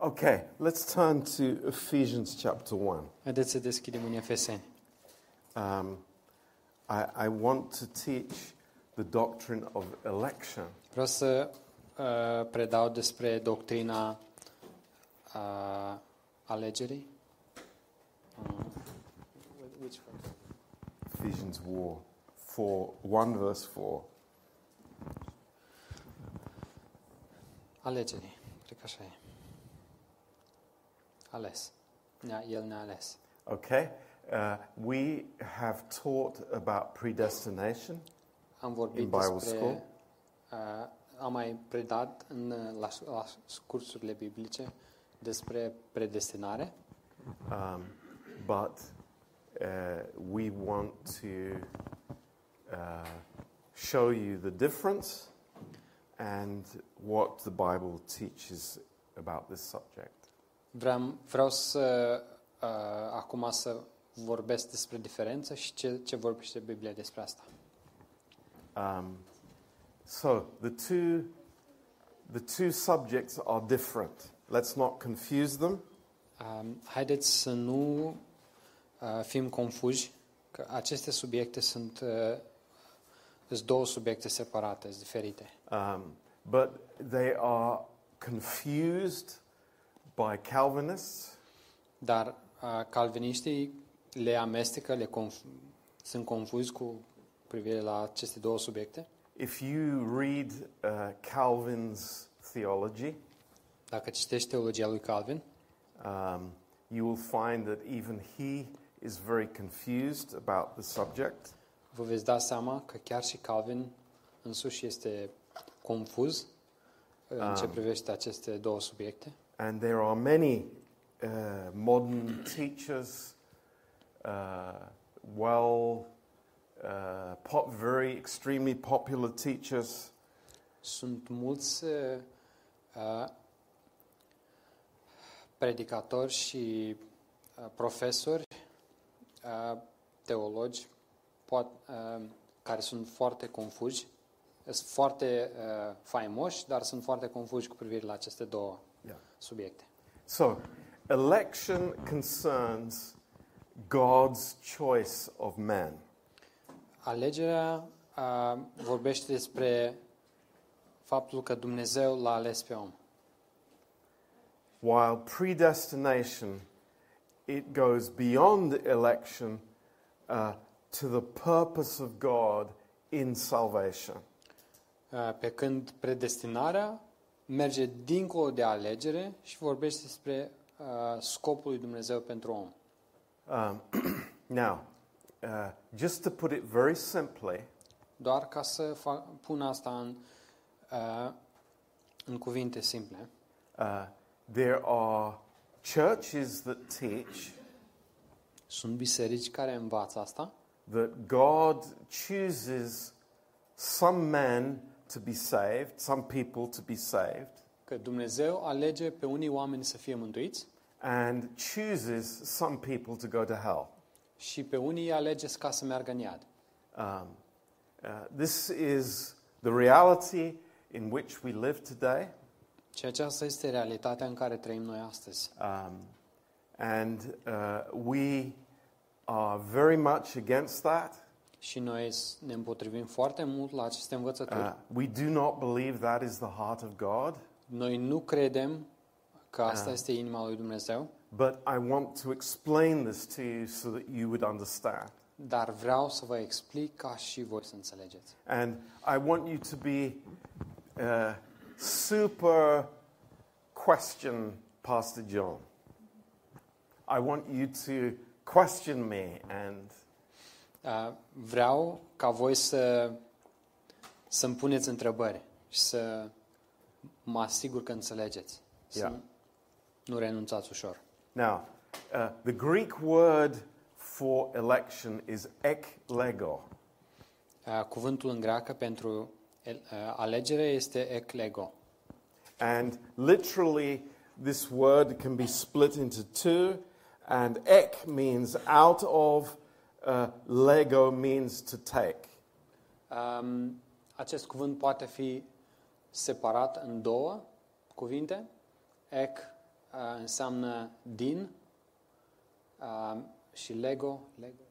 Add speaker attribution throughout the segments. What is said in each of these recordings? Speaker 1: Okay, let's turn to Ephesians chapter 1.
Speaker 2: Haideți să deschidem în Efeseni.
Speaker 1: Um, I, I want to teach the doctrine of election.
Speaker 2: Vreau să uh, predau despre doctrina uh, alegerii. Uh, which verse?
Speaker 1: Ephesians war 4, 1 verse 4.
Speaker 2: Alegerii, cred că așa e. Ales. Ne-a, el ne-a ales.
Speaker 1: Okay, uh, we have taught about predestination.
Speaker 2: Am vorbit
Speaker 1: In Bible
Speaker 2: despre...
Speaker 1: school?
Speaker 2: Uh, am mai predat în, uh, la, la cursurile biblice despre predestinare,
Speaker 1: Um, but uh, we want to uh, show you the difference and what the Bible teaches about this subject.
Speaker 2: Vreau, vreau să uh, acum să vorbesc despre diferență și ce, ce vorbește Biblia despre asta.
Speaker 1: Um, so the two, the two subjects are different. Let's not confuse them.
Speaker 2: Um, haideți să nu uh, fim confuzi că aceste subiecte sunt uh, sunt două subiecte separate, sunt diferite.
Speaker 1: Um, but they are confused by Calvinists
Speaker 2: Dar uh, calviniștii le amestecă, le conf- sunt confuzi cu privire la aceste două subiecte.
Speaker 1: If you read uh, Calvin's theology,
Speaker 2: Dacă citești teologia lui Calvin,
Speaker 1: um, you will find that even he is very confused about the subject.
Speaker 2: vă veți da seama că chiar și Calvin însuși este confuz în ce
Speaker 1: Am.
Speaker 2: privește aceste două subiecte.
Speaker 1: And there are many uh, modern teachers, uh, well, uh, pop, very extremely popular teachers
Speaker 2: Sunt mulți uh, uh, predicatori și uh, profesori, uh, teologi, poat, uh, care sunt foarte confuși, sunt foarte uh, faimoși, dar sunt foarte confuși cu privire la aceste două
Speaker 1: Yeah.
Speaker 2: subiecte.
Speaker 1: So, election concerns God's choice of man.
Speaker 2: Alegerea a, vorbește despre faptul că Dumnezeu l-a ales pe om.
Speaker 1: While predestination, it goes beyond election uh, to the purpose of God in salvation.
Speaker 2: A, Pe când predestinarea merge dincolo de alegere și vorbește despre a, scopul lui Dumnezeu pentru om.
Speaker 1: Um, now, uh, just to put it very simply,
Speaker 2: Doar ca să fac, pun asta în, a, în cuvinte simple,
Speaker 1: uh, there are churches that teach
Speaker 2: sunt biserici care învață asta,
Speaker 1: that God chooses some men to be saved, some people to be saved,
Speaker 2: că Dumnezeu alege pe unii oameni să fie mântuiți
Speaker 1: and chooses some people to go to hell.
Speaker 2: și pe unii alege ca să meargă în iad.
Speaker 1: Um, uh, this is the reality in which we live today.
Speaker 2: Și aceasta este realitatea în care trăim noi astăzi.
Speaker 1: Um, and uh, we are very much against that.
Speaker 2: Și noi s- ne împotrivim foarte mult la aceste învățături.
Speaker 1: Uh, we do not believe that is the heart of God.
Speaker 2: Noi nu credem că asta este inima lui Dumnezeu,
Speaker 1: But I want to explain this to you so that you would understand.
Speaker 2: dar vreau să vă explic ca și voi să înțelegeți.
Speaker 1: And I want you to be uh, super question Pastor John. I want you to question me and
Speaker 2: Uh, Vreau ca voi să să-mi puneți întrebări și să mă asigur că înțelegeți. Să
Speaker 1: Yeah.
Speaker 2: nu renunțați ușor.
Speaker 1: now uh, the Greek word for election is eklego.
Speaker 2: Uh, Cuvântul în greacă pentru el- uh, alegere este eklego.
Speaker 1: And literally, this word can be split into two. And ek means out of, uh, lego means to take.
Speaker 2: Um, acest cuvânt poate fi separat în două cuvinte. Ec uh, înseamnă din uh, și lego, lego.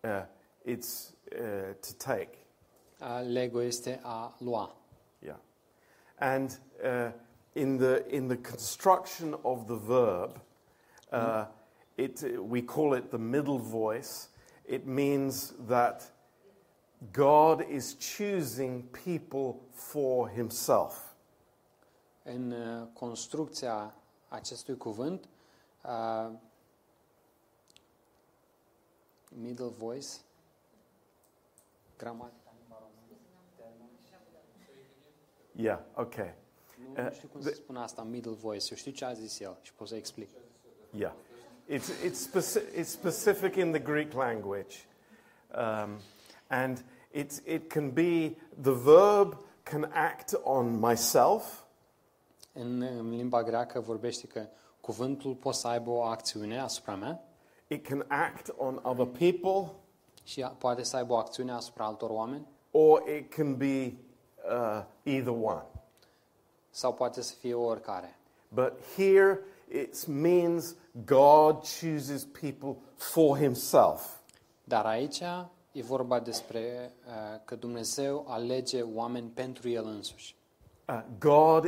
Speaker 1: Uh, it's uh, to take.
Speaker 2: Uh, lego este a lua.
Speaker 1: Yeah. And uh, in, the, in the construction of the verb, uh, it, we call it the middle voice. It means that God is choosing people for himself.
Speaker 2: În uh, construcția acestui cuvânt, uh, middle voice, gramatica, limba română, termenul.
Speaker 1: Yeah, okay.
Speaker 2: Nu, nu știu cum se spune asta, middle voice. Eu știu ce a zis el și pot să explic.
Speaker 1: Yeah. It's, it's, speci- it's specific in the Greek language. Um, and it, it can be, the verb can act on myself,
Speaker 2: În, în limba greacă vorbește că cuvântul poate să aibă o acțiune asupra mea
Speaker 1: it can act on other people,
Speaker 2: și a- poate să aibă o acțiune asupra altor oameni
Speaker 1: or it can be uh, either one.
Speaker 2: sau poate să fie oricare.
Speaker 1: But here it means God chooses people for himself.
Speaker 2: Dar aici e vorba despre uh, că Dumnezeu alege oameni pentru El însuși.
Speaker 1: Uh, God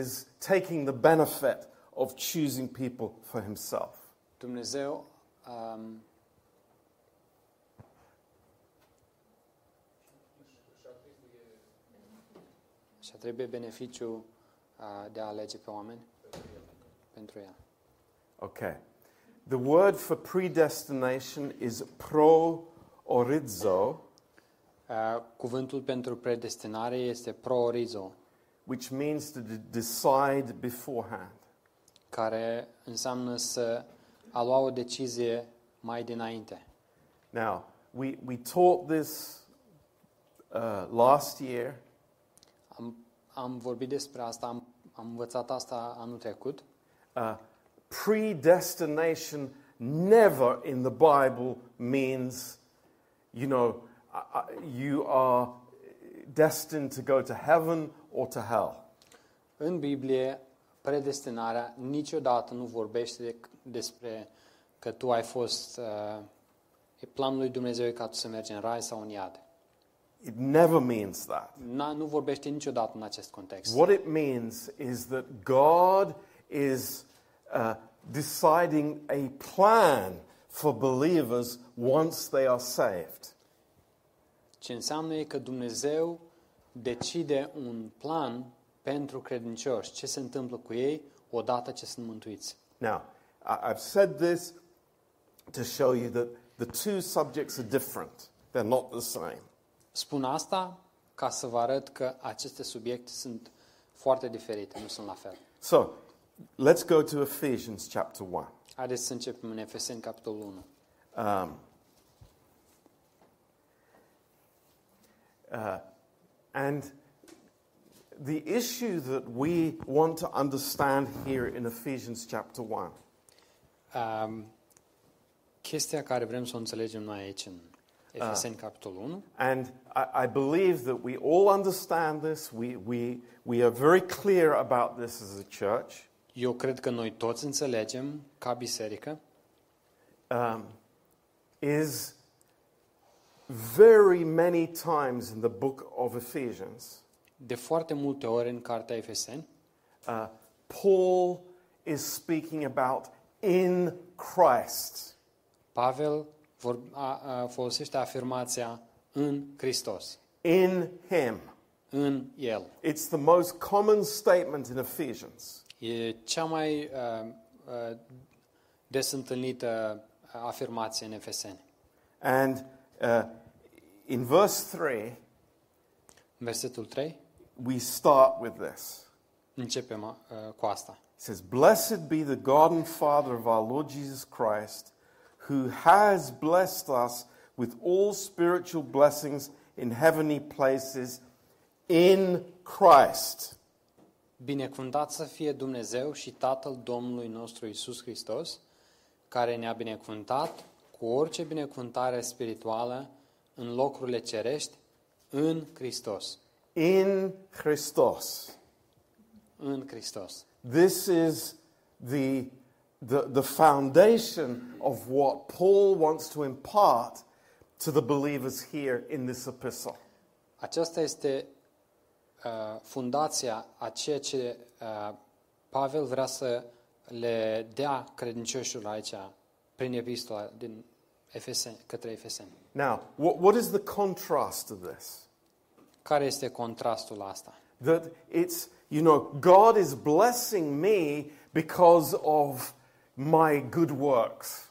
Speaker 1: is taking the benefit of choosing people for himself.
Speaker 2: Dumnezeu um, și trebuie beneficiu uh, de a alege pe oameni pentru el.
Speaker 1: Okay. The word for predestination is pro orizo,
Speaker 2: Uh, cuvântul pentru predestinare este proorizo,
Speaker 1: which means to d- decide beforehand.
Speaker 2: care înseamnă să a lua o decizie mai dinainte.
Speaker 1: Now, we, we taught this uh, last year,
Speaker 2: Am, am vorbit despre asta, am, am învățat asta anul trecut.
Speaker 1: Uh, predestination never in the Bible means, you know, I- I- you are destined to go to heaven or to hell.
Speaker 2: În Biblie, predestinarea niciodată nu vorbește de, despre că tu ai fost... Uh, e planul lui Dumnezeu e ca tu să mergi în rai sau în iad.
Speaker 1: It never means that.
Speaker 2: Na, nu vorbește niciodată în acest context.
Speaker 1: What it means is that God is uh, deciding a plan for believers once they are saved.
Speaker 2: Ce înseamnă e că Dumnezeu decide un plan pentru credincioși, ce se întâmplă cu ei odată ce sunt mântuiți.
Speaker 1: Now, I- I've said this to show you that the two subjects are different. They're not the same.
Speaker 2: Spun asta ca să vă arăt că aceste subiecte sunt foarte diferite, nu sunt la fel.
Speaker 1: So, let's go to Ephesians chapter 1.
Speaker 2: Haideți să începem în Efeseni, capitolul 1.
Speaker 1: Um, uh, and the issue that we want to understand here in Ephesians chapter 1
Speaker 2: Um, chestia care vrem să o înțelegem noi aici în Efeseni, capitolul 1,
Speaker 1: And I, I believe that we all understand this. We, we, we are very clear about this as a church.
Speaker 2: eu cred că noi toți înțelegem, ca biserică,
Speaker 1: um, is very many times in the book of Ephesians,
Speaker 2: de foarte multe ori în cartea Efeseni,
Speaker 1: uh, Paul is speaking about in Christ.
Speaker 2: Pavel vor, a, a, folosește afirmația în Hristos,
Speaker 1: In Him.
Speaker 2: în El.
Speaker 1: It's the most common statement in Ephesians.
Speaker 2: E cea mai uh, uh, des întâlnită uh, afirmație în Efeseni.
Speaker 1: And uh, in verse 3,
Speaker 2: În Versetul 3
Speaker 1: we start with this.
Speaker 2: începem uh, cu asta.
Speaker 1: It says, Blessed be the God and Father of our Lord Jesus Christ, who has blessed us with all spiritual blessings in heavenly places in Christ.
Speaker 2: Binecuvântat să fie Dumnezeu și Tatăl Domnului nostru Isus Hristos, care ne-a binecuvântat cu orice binecuvântare spirituală în locurile cerești, în Hristos.
Speaker 1: In Christos.
Speaker 2: În Hristos.
Speaker 1: This is the, the, the foundation of what Paul wants to impart to the believers here in this epistle.
Speaker 2: Aceasta este uh, fundația a ceea ce uh, Pavel vrea să le dea credincioșilor aici prin epistola din Efesen, către Efeseni.
Speaker 1: Now, what, what is the contrast to this?
Speaker 2: Care este contrastul la asta?
Speaker 1: That it's, you know, God is blessing me because of my good works.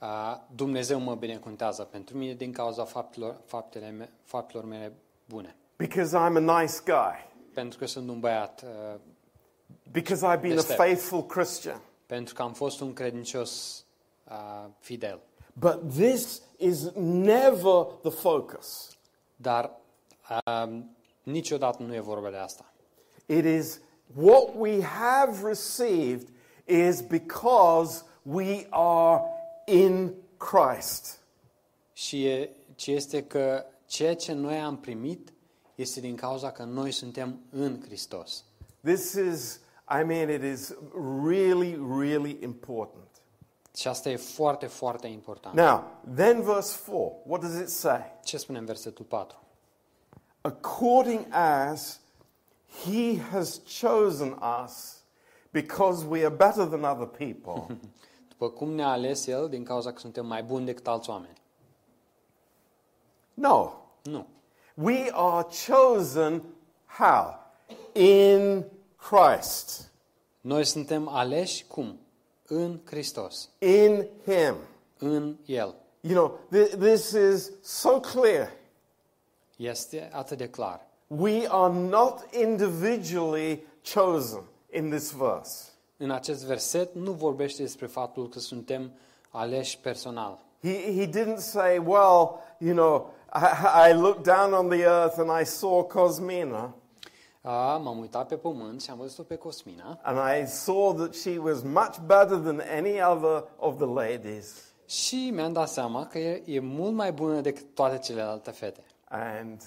Speaker 2: Uh, Dumnezeu mă binecuvântează pentru mine din cauza faptelor, faptele me, faptelor mele bune.
Speaker 1: Because I'm a nice guy.
Speaker 2: Pentru că sunt un băiat, uh,
Speaker 1: Because I've been a
Speaker 2: Yes, sir.
Speaker 1: faithful Christian.
Speaker 2: pentru că am fost un credincios uh, fidel.
Speaker 1: But this is never the focus.
Speaker 2: Dar uh, niciodată nu e vorba de asta.
Speaker 1: It is what we have received is because we are in Christ.
Speaker 2: Și e, ce este că ceea ce noi am primit este din cauza că noi suntem în Hristos.
Speaker 1: This is, I mean, it is really, really important.
Speaker 2: Și asta e foarte, foarte important.
Speaker 1: Now, then, verse 4, what does it say?
Speaker 2: Ce spune în versetul 4?
Speaker 1: According as he has chosen us because we are better than other people.
Speaker 2: După cum ne-a ales El din cauza că suntem mai buni decât alți oameni.
Speaker 1: no,
Speaker 2: Nu.
Speaker 1: We are chosen how? In Christ.
Speaker 2: Noi suntem aleși cum? În Hristos,
Speaker 1: In Him.
Speaker 2: în El.
Speaker 1: You know, th- this is so clear.
Speaker 2: Este atât de clar.
Speaker 1: We are not individually chosen in this verse.
Speaker 2: În acest verset nu vorbește despre faptul că suntem aleși personal.
Speaker 1: He, he didn't say, well, you know, I, I looked down on the earth and I saw Cosmina
Speaker 2: A, m-am uitat pe pământ și am văzut-o pe Cosmina
Speaker 1: and I saw that she was much better than any other of the ladies.
Speaker 2: și mi-am dat seama că e, e mult mai bună decât toate celelalte fete.
Speaker 1: And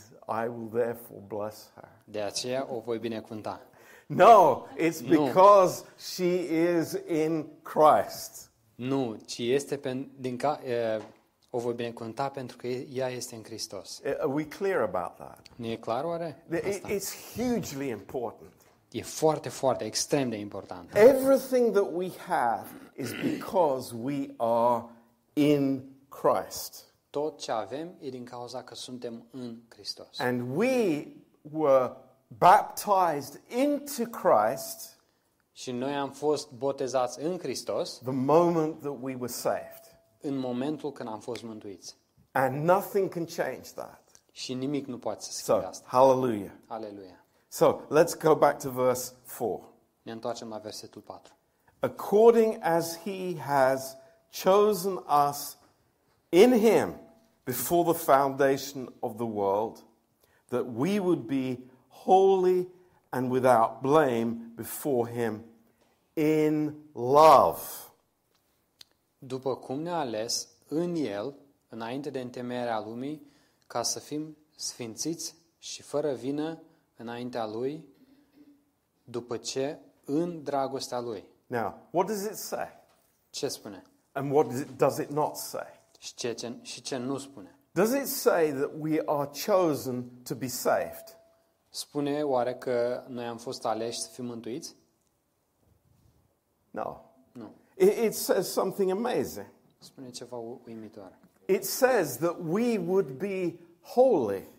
Speaker 1: I will therefore bless her.
Speaker 2: De aceea o voi binecuvânta.
Speaker 1: No, it's
Speaker 2: No.
Speaker 1: because she is in Christ.
Speaker 2: Nu, ci este pen, din ca, e, o voi binecuvânta pentru că e- ea este în Hristos.
Speaker 1: Are we clear about that?
Speaker 2: Nu e clar oare?
Speaker 1: It- It's hugely important.
Speaker 2: E foarte, foarte, extrem de important.
Speaker 1: Everything that we have is because we are in Christ.
Speaker 2: Tot ce avem e din cauza că suntem în Hristos.
Speaker 1: And we were baptized into Christ
Speaker 2: Și noi am fost botezați în Hristos
Speaker 1: the moment that we were saved.
Speaker 2: în momentul când am fost mântuiți.
Speaker 1: And nothing can change that.
Speaker 2: Și nimic nu poate să schimbe
Speaker 1: So,
Speaker 2: asta.
Speaker 1: hallelujah.
Speaker 2: Aleluia.
Speaker 1: So, let's go back to verse 4.
Speaker 2: Ne întoarcem la versetul 4.
Speaker 1: according as he has chosen us in him before the foundation of the world, that we would be holy and without blame before him in love.
Speaker 2: După cum ne-a ales în El, înainte de întemeierea lumii, ca să fim sfințiți și fără vină înaintea Lui, după ce în dragostea Lui.
Speaker 1: Now, what does it say?
Speaker 2: Ce spune?
Speaker 1: And what does it, does it not say?
Speaker 2: Și ce, ce, și ce nu spune?
Speaker 1: Does it say that we are chosen to be saved?
Speaker 2: Spune oare că noi am fost aleși să fim mântuiți?
Speaker 1: No.
Speaker 2: Nu.
Speaker 1: It, it says something amazing.
Speaker 2: Spune ceva u- uimitor.
Speaker 1: It says that we would be holy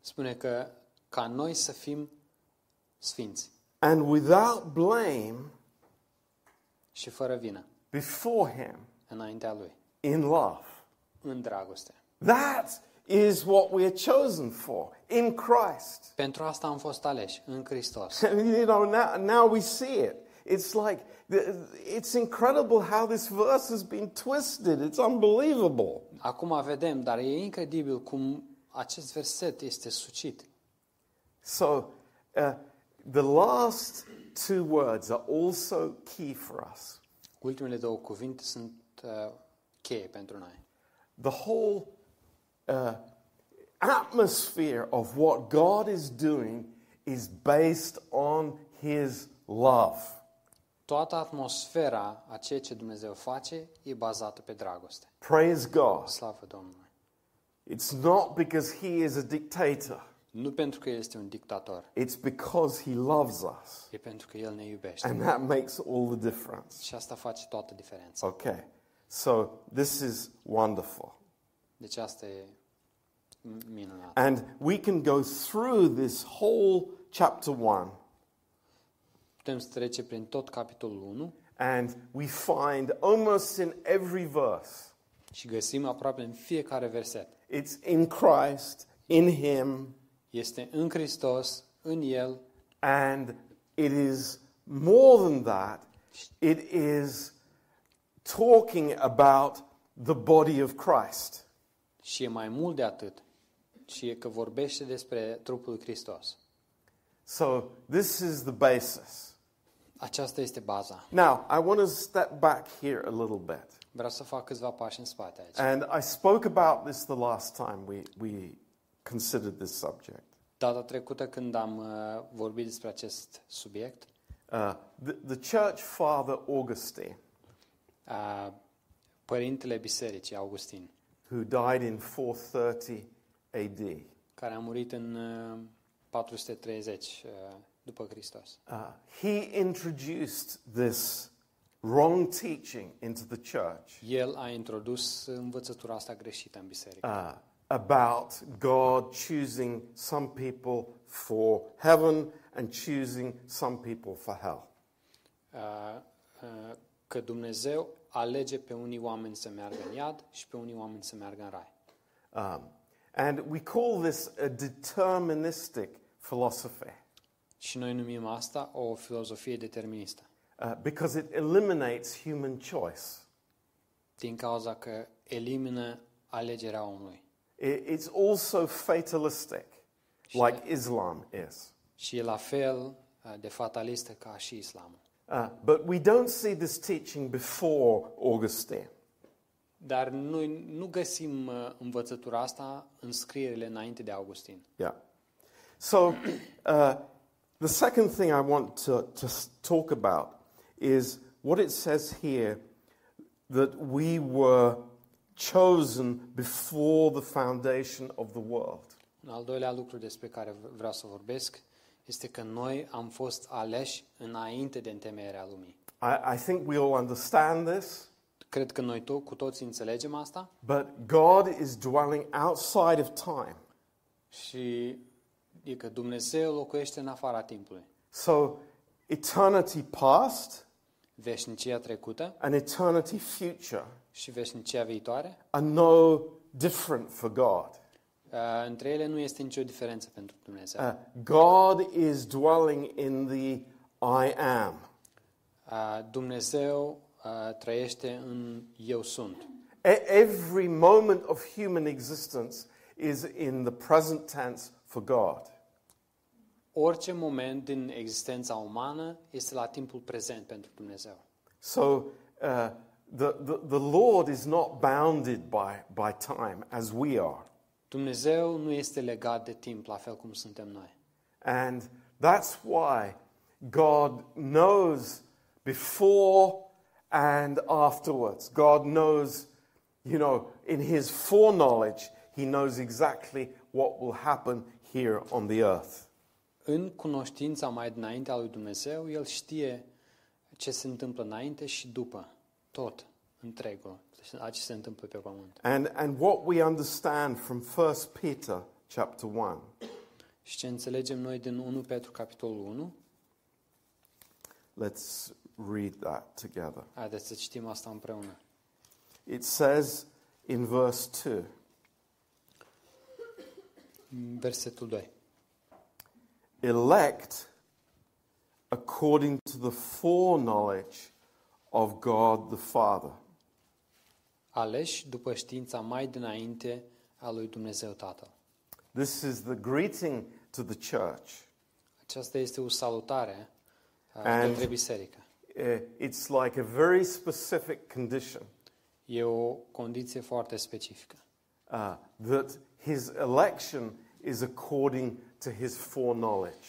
Speaker 2: Spune că ca noi să fim sfinți
Speaker 1: and without blame
Speaker 2: și fără vină
Speaker 1: before him
Speaker 2: înaintea Lui,
Speaker 1: in love.
Speaker 2: în dragoste.
Speaker 1: That is what we're chosen for in Christ.
Speaker 2: Pentru asta am fost aleși în Hristos.
Speaker 1: You know, now, now we see it. It's like, it's incredible how this verse has been twisted. It's unbelievable.
Speaker 2: Acum vedem, dar e incredibil cum acest verset este sucit.
Speaker 1: So, uh, the last two words are also key for us.
Speaker 2: Ultimele două cuvinte sunt uh, cheie pentru noi.
Speaker 1: the whole uh, atmosphere of what God is doing is based on His love.
Speaker 2: Toată atmosfera a ceea ce Dumnezeu face e bazată pe dragoste.
Speaker 1: Praise God.
Speaker 2: Slavă Domnului!
Speaker 1: It's not because he is a dictator,
Speaker 2: Nu pentru că este un dictator,
Speaker 1: it's because he loves us.
Speaker 2: e pentru că El ne iubește.
Speaker 1: And that makes all the difference.
Speaker 2: Și asta face toată diferența.
Speaker 1: Okay, so this is wonderful.
Speaker 2: Deci asta e m- minunat.
Speaker 1: And we can go through this whole chapter 1
Speaker 2: Putem să trece prin tot capitolul 1
Speaker 1: and we find almost in every verse
Speaker 2: și găsim aproape în fiecare verset.
Speaker 1: it's in Christ, in Him,
Speaker 2: Este în Hristos, în El
Speaker 1: and it is more than that, it is talking about the body of Christ.
Speaker 2: și e mai mult de atât. Și e că vorbește despre trupul lui Hristos.
Speaker 1: So this is the basis.
Speaker 2: Aceasta este baza.
Speaker 1: Now, I want to step back here a little bit.
Speaker 2: Vreau să fac câțiva pași în spate aici.
Speaker 1: And I spoke about this the last time we, we considered this subject.
Speaker 2: Data trecută când am uh, vorbit despre acest subiect,
Speaker 1: Uh, the, the church father Augustine,
Speaker 2: uh, părintele bisericii Augustin,
Speaker 1: who died in 430 AD,
Speaker 2: care a murit în uh, 430 uh, după Hristos.
Speaker 1: uh, he introduced this wrong teaching into the church
Speaker 2: El a introdus învățătura asta greșită în biserică,
Speaker 1: uh, about God choosing some people for heaven and choosing some people for hell.
Speaker 2: uh, uh, că Dumnezeu alege pe unii oameni să meargă în iad și pe unii oameni să meargă în rai.
Speaker 1: Um, and we call this a deterministic philosophy
Speaker 2: Și noi numim asta o filozofie deterministă,
Speaker 1: uh, because it eliminates human choice.
Speaker 2: din cauza că elimină alegerea omului.
Speaker 1: I- It's also fatalistic, like Islam is.
Speaker 2: Și e la fel uh, de fatalistă ca și islamul.
Speaker 1: Uh, but we don't see this teaching before Augustine.
Speaker 2: Dar noi nu găsim uh, învățătura asta în scrierile înainte de Augustin.
Speaker 1: Yeah. So uh, the second thing I want to, to s- talk about is what it says here that we were chosen before the foundation of the world.
Speaker 2: Un al doilea lucru despre care v- vreau să vorbesc este că noi am fost aleși înainte de întemeierea lumii.
Speaker 1: I, I think we all understand this,
Speaker 2: Cred că noi to- cu toți înțelegem asta
Speaker 1: but God is dwelling outside of time.
Speaker 2: și e că Dumnezeu locuiește în afara timpului.
Speaker 1: So eternity past
Speaker 2: Veșnicia trecută
Speaker 1: and eternity future
Speaker 2: și veșnicia viitoare,
Speaker 1: are no different for God.
Speaker 2: uh, între ele nu este nicio diferență pentru Dumnezeu.
Speaker 1: Uh, God is dwelling in the I am.
Speaker 2: Uh, Dumnezeu uh, trăiește în eu sunt.
Speaker 1: E- every moment of human existence is in the present tense for God.
Speaker 2: Orice moment din existența umană este la timpul prezent pentru Dumnezeu.
Speaker 1: So uh, the, the, the Lord is not bounded by, by time as we are.
Speaker 2: Dumnezeu nu este legat de timp, la fel cum suntem noi.
Speaker 1: And that's why God knows before and afterwards. God knows, you know, in his foreknowledge, he knows exactly what will happen here on the earth.
Speaker 2: În cunoștința mai dinainte a lui Dumnezeu, El știe ce se întâmplă înainte și după, tot, întregul, a ce se întâmplă pe pământ.
Speaker 1: And, and what we understand from 1 Peter chapter 1
Speaker 2: Și ce înțelegem noi din 1 Petru, capitolul 1,
Speaker 1: Let's read that together.
Speaker 2: haideți să citim asta împreună.
Speaker 1: It says in verse 2
Speaker 2: Versetul 2.
Speaker 1: elect according to the foreknowledge of God the Father.
Speaker 2: Aleși după știința mai dinainte a lui Dumnezeu Tatăl.
Speaker 1: This is the greeting to the church.
Speaker 2: Aceasta este o salutare uh,
Speaker 1: And-
Speaker 2: către biserică.
Speaker 1: Eh, It's like a very specific condition
Speaker 2: E o condiție foarte specifică.
Speaker 1: uh, that his election is according to his foreknowledge.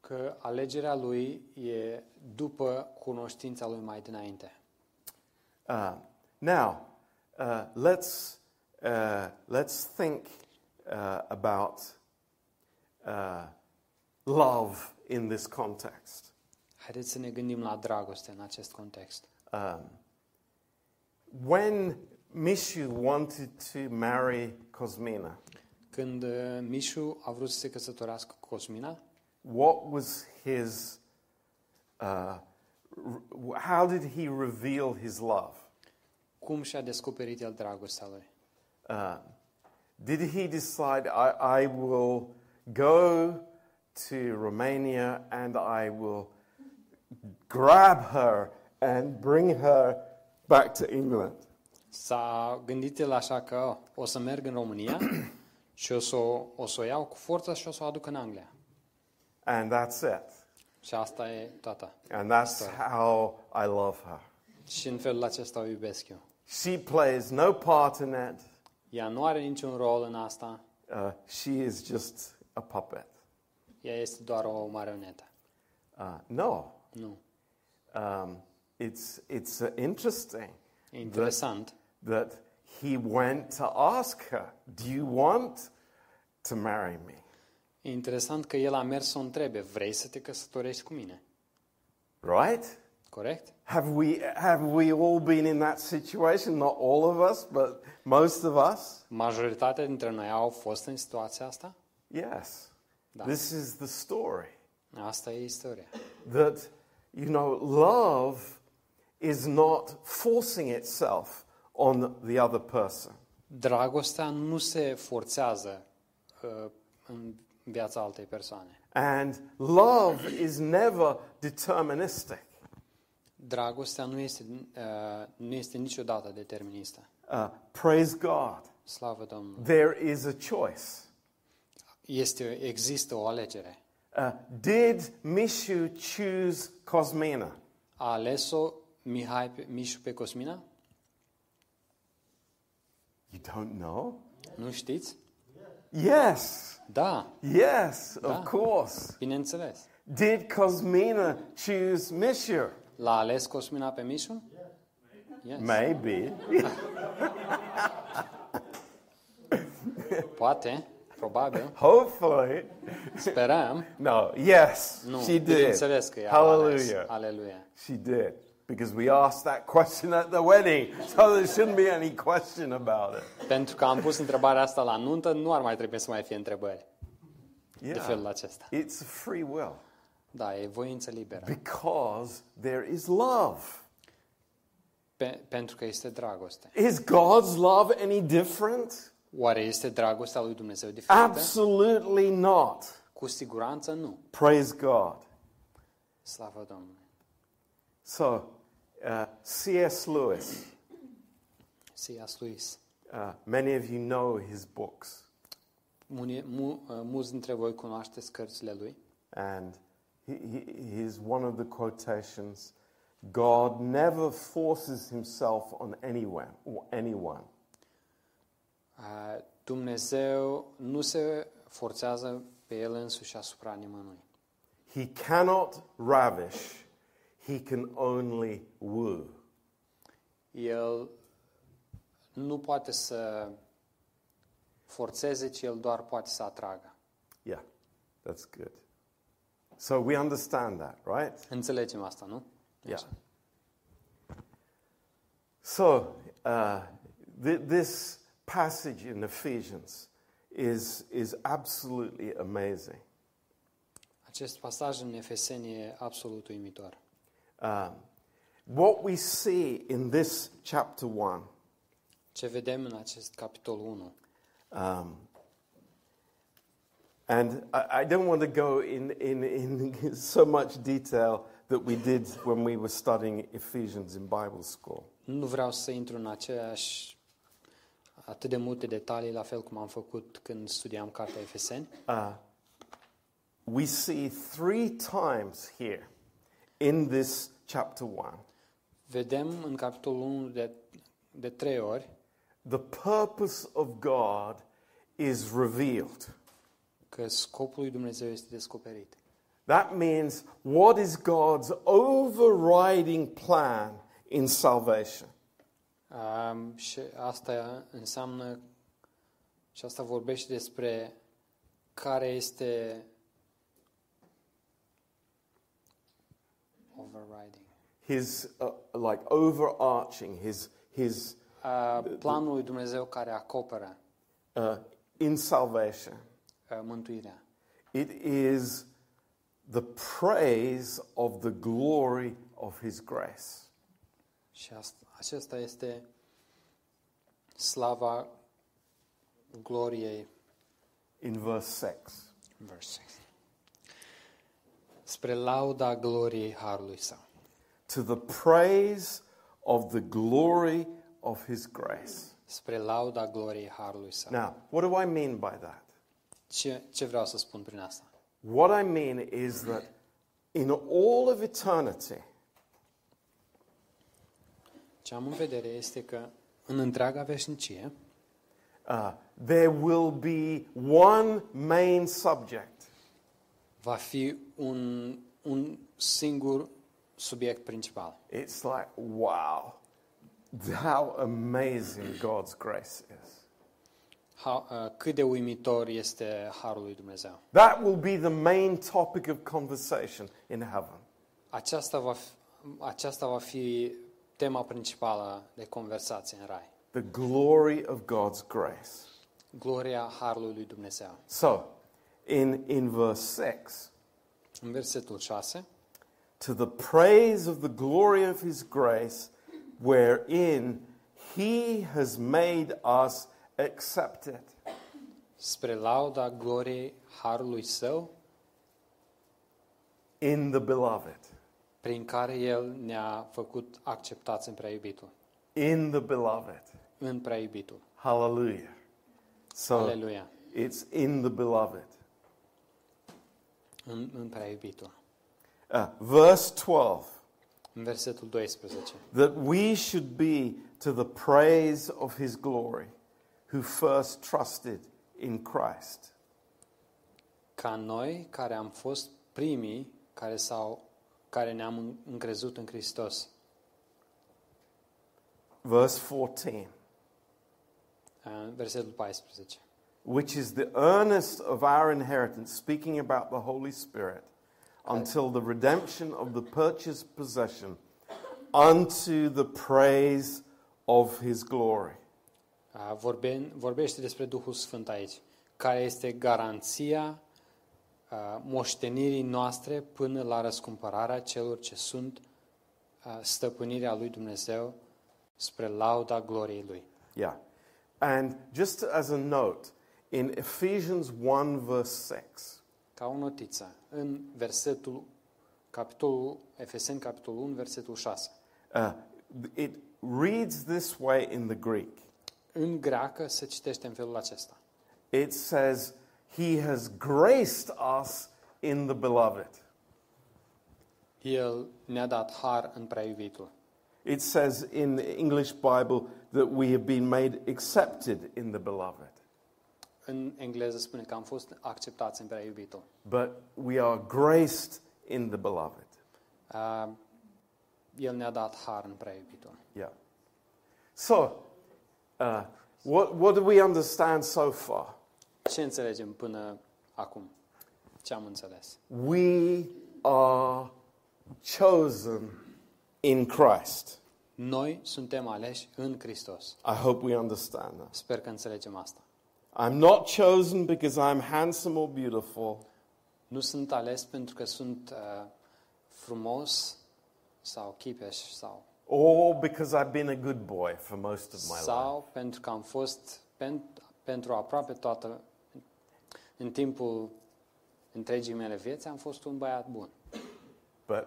Speaker 2: Că că alegerea lui e după cunoștința lui mai dinainte.
Speaker 1: Uh, now, uh, let's, uh, let's think uh, about uh, love in this context.
Speaker 2: Haideți să ne gândim la dragoste în acest context.
Speaker 1: Um, when Mishu wanted to marry Cosmina,
Speaker 2: Când uh, Mișu a vrut să se căsătorească cu Cosmina,
Speaker 1: what was his, uh, r- how did he reveal his love?
Speaker 2: cum și-a descoperit el dragostea lui?
Speaker 1: Uh, did he decide, I, I will go to Romania and I will grab her and bring her back to England?
Speaker 2: S-a gândit el așa că "Oh, o să merg în România și o să o, o, să o iau cu forța și o să o aduc în Anglia.
Speaker 1: And that's it.
Speaker 2: Și asta e toată.
Speaker 1: And that's how I love her.
Speaker 2: Și în felul acesta o iubesc eu.
Speaker 1: She plays no part in it,
Speaker 2: Ea nu are niciun rol în asta,
Speaker 1: uh, she is just a puppet.
Speaker 2: ea este doar o marionetă.
Speaker 1: Uh, no,
Speaker 2: Nu.
Speaker 1: um, it's, it's uh, interesting
Speaker 2: E interesant
Speaker 1: that he went to ask her, Do you want to marry me?
Speaker 2: E interesant că el a mers să o întrebe, vrei să te căsătorești cu mine?
Speaker 1: Right?
Speaker 2: Corect?
Speaker 1: Have we, have we all been in that situation? Not all of us, but most of us?
Speaker 2: Majoritatea dintre noi au fost în situația asta?
Speaker 1: Yes.
Speaker 2: Da.
Speaker 1: This is the story
Speaker 2: Asta e istoria.
Speaker 1: that, you know, love is not forcing itself on the other person.
Speaker 2: Dragostea nu se forțează uh, în viața altei persoane.
Speaker 1: And love is never deterministic.
Speaker 2: Dragostea nu este, uh, nu este niciodată deterministă.
Speaker 1: Uh, praise God.
Speaker 2: Slavă Domnului!
Speaker 1: There is a choice.
Speaker 2: Este, există o alegere.
Speaker 1: Uh, did Mishu choose Cosmina?
Speaker 2: A ales-o Mihai, pe- Mișu pe Cosmina?
Speaker 1: You don't know?
Speaker 2: Nu știți?
Speaker 1: Yes,
Speaker 2: Da,
Speaker 1: yes,
Speaker 2: Da.
Speaker 1: of course.
Speaker 2: bineînțeles.
Speaker 1: Did Cosmina choose Mishu?
Speaker 2: L-a ales Cosmina pe Mișu? Yes.
Speaker 1: Maybe.
Speaker 2: Poate, probabil,
Speaker 1: Hopefully.
Speaker 2: sperăm.
Speaker 1: No, yes,
Speaker 2: Nu,
Speaker 1: she did.
Speaker 2: bineînțeles că ea
Speaker 1: Hallelujah.
Speaker 2: a ales. Aleluia.
Speaker 1: She did. Because we asked that question at the wedding, so there shouldn't be any question about it.
Speaker 2: Pentru că am pus întrebarea asta la nuntă, nu ar mai trebui să mai fie întrebări de
Speaker 1: Yeah.
Speaker 2: felul acesta.
Speaker 1: It's free will
Speaker 2: Da, e voință liberă.
Speaker 1: because there is love.
Speaker 2: Pe, pentru că este dragoste.
Speaker 1: Is God's love any different?
Speaker 2: Oare este dragostea lui Dumnezeu diferită?
Speaker 1: Absolutely not.
Speaker 2: Cu siguranță nu.
Speaker 1: Praise God.
Speaker 2: Slavă Domnului.
Speaker 1: So, uh, C.S. Lewis,
Speaker 2: C.S. Lewis.
Speaker 1: uh, many of you know his books,
Speaker 2: Mune- mu- ă, Mulți dintre voi cunoașteți cărțile lui
Speaker 1: and he, he, he's one of the quotations God never forces himself on anyone, or anyone.
Speaker 2: Uh, Dumnezeu nu se forțează pe el însuși asupra nimănui.
Speaker 1: He cannot ravish, he can only woo.
Speaker 2: El nu poate să forțeze, ci el doar poate să atragă.
Speaker 1: Yeah, that's good. So we understand that, right?
Speaker 2: Înțelegem asta, nu?
Speaker 1: Yeah.
Speaker 2: Așa.
Speaker 1: So, uh, th- this passage in Ephesians is, is absolutely amazing.
Speaker 2: Acest pasaj în Efeseni e absolut uimitor.
Speaker 1: Um, what we see in this chapter 1
Speaker 2: Ce vedem în acest capitol 1?
Speaker 1: Um, and I, I don't want to go in, in, in so much detail that we did when we were studying Ephesians in Bible school.
Speaker 2: Nu vreau să intru în aceeași atât de multe detalii, la fel cum am făcut când studiam cartea Efeseni.
Speaker 1: Uh, we see three times here in this chapter 1
Speaker 2: Vedem în capitolul 1 de, de trei ori
Speaker 1: the purpose of God is revealed.
Speaker 2: că scopul lui Dumnezeu este descoperit.
Speaker 1: That means what is God's overriding plan in salvation?
Speaker 2: Um, și asta înseamnă și asta vorbește despre care este overriding.
Speaker 1: His, uh, like, overarching, his, his
Speaker 2: Uh, planul lui Dumnezeu care acoperă
Speaker 1: uh, in salvation.
Speaker 2: uh, mântuirea.
Speaker 1: It is the praise of the glory of his grace.
Speaker 2: Și asta, acesta este slava gloriei
Speaker 1: In verse 6.
Speaker 2: verse. Spre lauda gloriei harului său.
Speaker 1: To the praise of the glory of his grace.
Speaker 2: Spre lauda gloriei harului său.
Speaker 1: Now, what do I mean by that?
Speaker 2: Ce, ce vreau să spun prin asta?
Speaker 1: What I mean is that in all of eternity,
Speaker 2: Ce am în vedere este că în întreaga veșnicie
Speaker 1: uh, there will be one main subject
Speaker 2: va fi un, un singur subiect principal.
Speaker 1: It's like, wow, how amazing God's grace is.
Speaker 2: Ha, uh, cât de uimitor este harul lui Dumnezeu.
Speaker 1: That will be the main topic of conversation in heaven.
Speaker 2: Aceasta va, fi, aceasta va fi tema principală de conversație în rai.
Speaker 1: The glory of God's grace.
Speaker 2: Gloria harului lui Dumnezeu.
Speaker 1: So, in, in verse 6,
Speaker 2: În versetul 6,
Speaker 1: to the praise of the glory of his grace, wherein he has made us accepted.
Speaker 2: spre lauda gloriei harului său,
Speaker 1: in the beloved.
Speaker 2: prin care el ne-a făcut acceptați în prea iubitul.
Speaker 1: In the beloved.
Speaker 2: În prea iubitul.
Speaker 1: Hallelujah. So,
Speaker 2: Aleluia.
Speaker 1: It's in the beloved.
Speaker 2: În, în prea iubitul.
Speaker 1: Uh, verse 12
Speaker 2: În versetul 12.
Speaker 1: that we should be to the praise of his glory who first trusted in Christ.
Speaker 2: Ca noi care am fost primii care, s-au, care ne-am în- încrezut în Hristos.
Speaker 1: Verse 14,
Speaker 2: În Versetul 14.
Speaker 1: which is the earnest of our inheritance, speaking about the Holy Spirit, until the redemption of the purchased possession unto the praise of his glory.
Speaker 2: A, Vorbe, vorbește despre Duhul Sfânt aici, care este garanția a, moștenirii noastre până la răscumpărarea celor ce sunt a, stăpânirea lui Dumnezeu spre lauda gloriei lui.
Speaker 1: Yeah. And just as a note, in Ephesians 1, verse 6,
Speaker 2: Ca o notiță, în versetul, capitolul, Efeseni, capitolul 1, versetul 6.
Speaker 1: uh, it reads this way in the Greek
Speaker 2: În greacă se citește în felul acesta.
Speaker 1: it says, He has graced us in the beloved.
Speaker 2: El ne-a dat har în prea iubitul.
Speaker 1: It says in the English Bible that we have been made accepted in the beloved.
Speaker 2: În engleză spune că am fost acceptați în prea iubitul.
Speaker 1: But we are graced in the beloved.
Speaker 2: Uh, el ne-a dat har în prea iubitul.
Speaker 1: Yeah. So, uh, what, what do we understand so far?
Speaker 2: Ce înțelegem până acum? Ce am înțeles?
Speaker 1: We are chosen in Christ.
Speaker 2: Noi suntem aleși în Hristos.
Speaker 1: I hope we understand that.
Speaker 2: Sper că înțelegem asta.
Speaker 1: I'm not chosen because I'm handsome or beautiful.
Speaker 2: Nu sunt ales pentru că sunt uh, frumos sau chipeș sau
Speaker 1: Or because I've been a good boy for most of my life.
Speaker 2: sau pentru că am fost pen, pentru aproape toată în timpul întregii mele vieți am fost un băiat bun
Speaker 1: But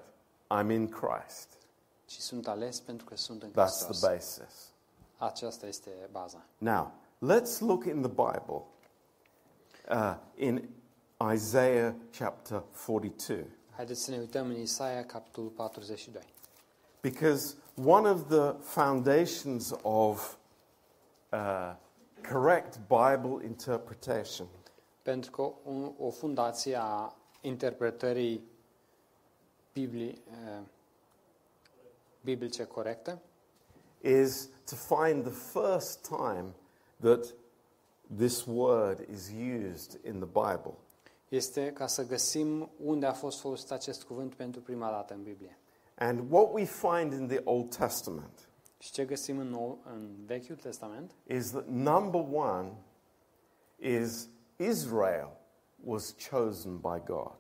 Speaker 1: I'm in Christ.
Speaker 2: și sunt ales pentru că sunt în
Speaker 1: That's
Speaker 2: Hristos.
Speaker 1: the basis.
Speaker 2: Aceasta este baza.
Speaker 1: Now, let's look in the Bible uh, in Isaiah chapter 42.
Speaker 2: Haideți să ne uităm în Isaia, capitolul 42.
Speaker 1: Because one of the foundations of uh, correct Bible interpretation
Speaker 2: Pentru că o, o fundație a interpretării bibli- uh, biblice corecte
Speaker 1: is to find the first time that this word is used in the Bible.
Speaker 2: este ca să găsim unde a fost folosit acest cuvânt pentru prima dată în Biblie.
Speaker 1: And what we find in the Old Testament
Speaker 2: Și ce găsim în, nou, în Vechiul Testament
Speaker 1: is that number one is Israel was chosen by God.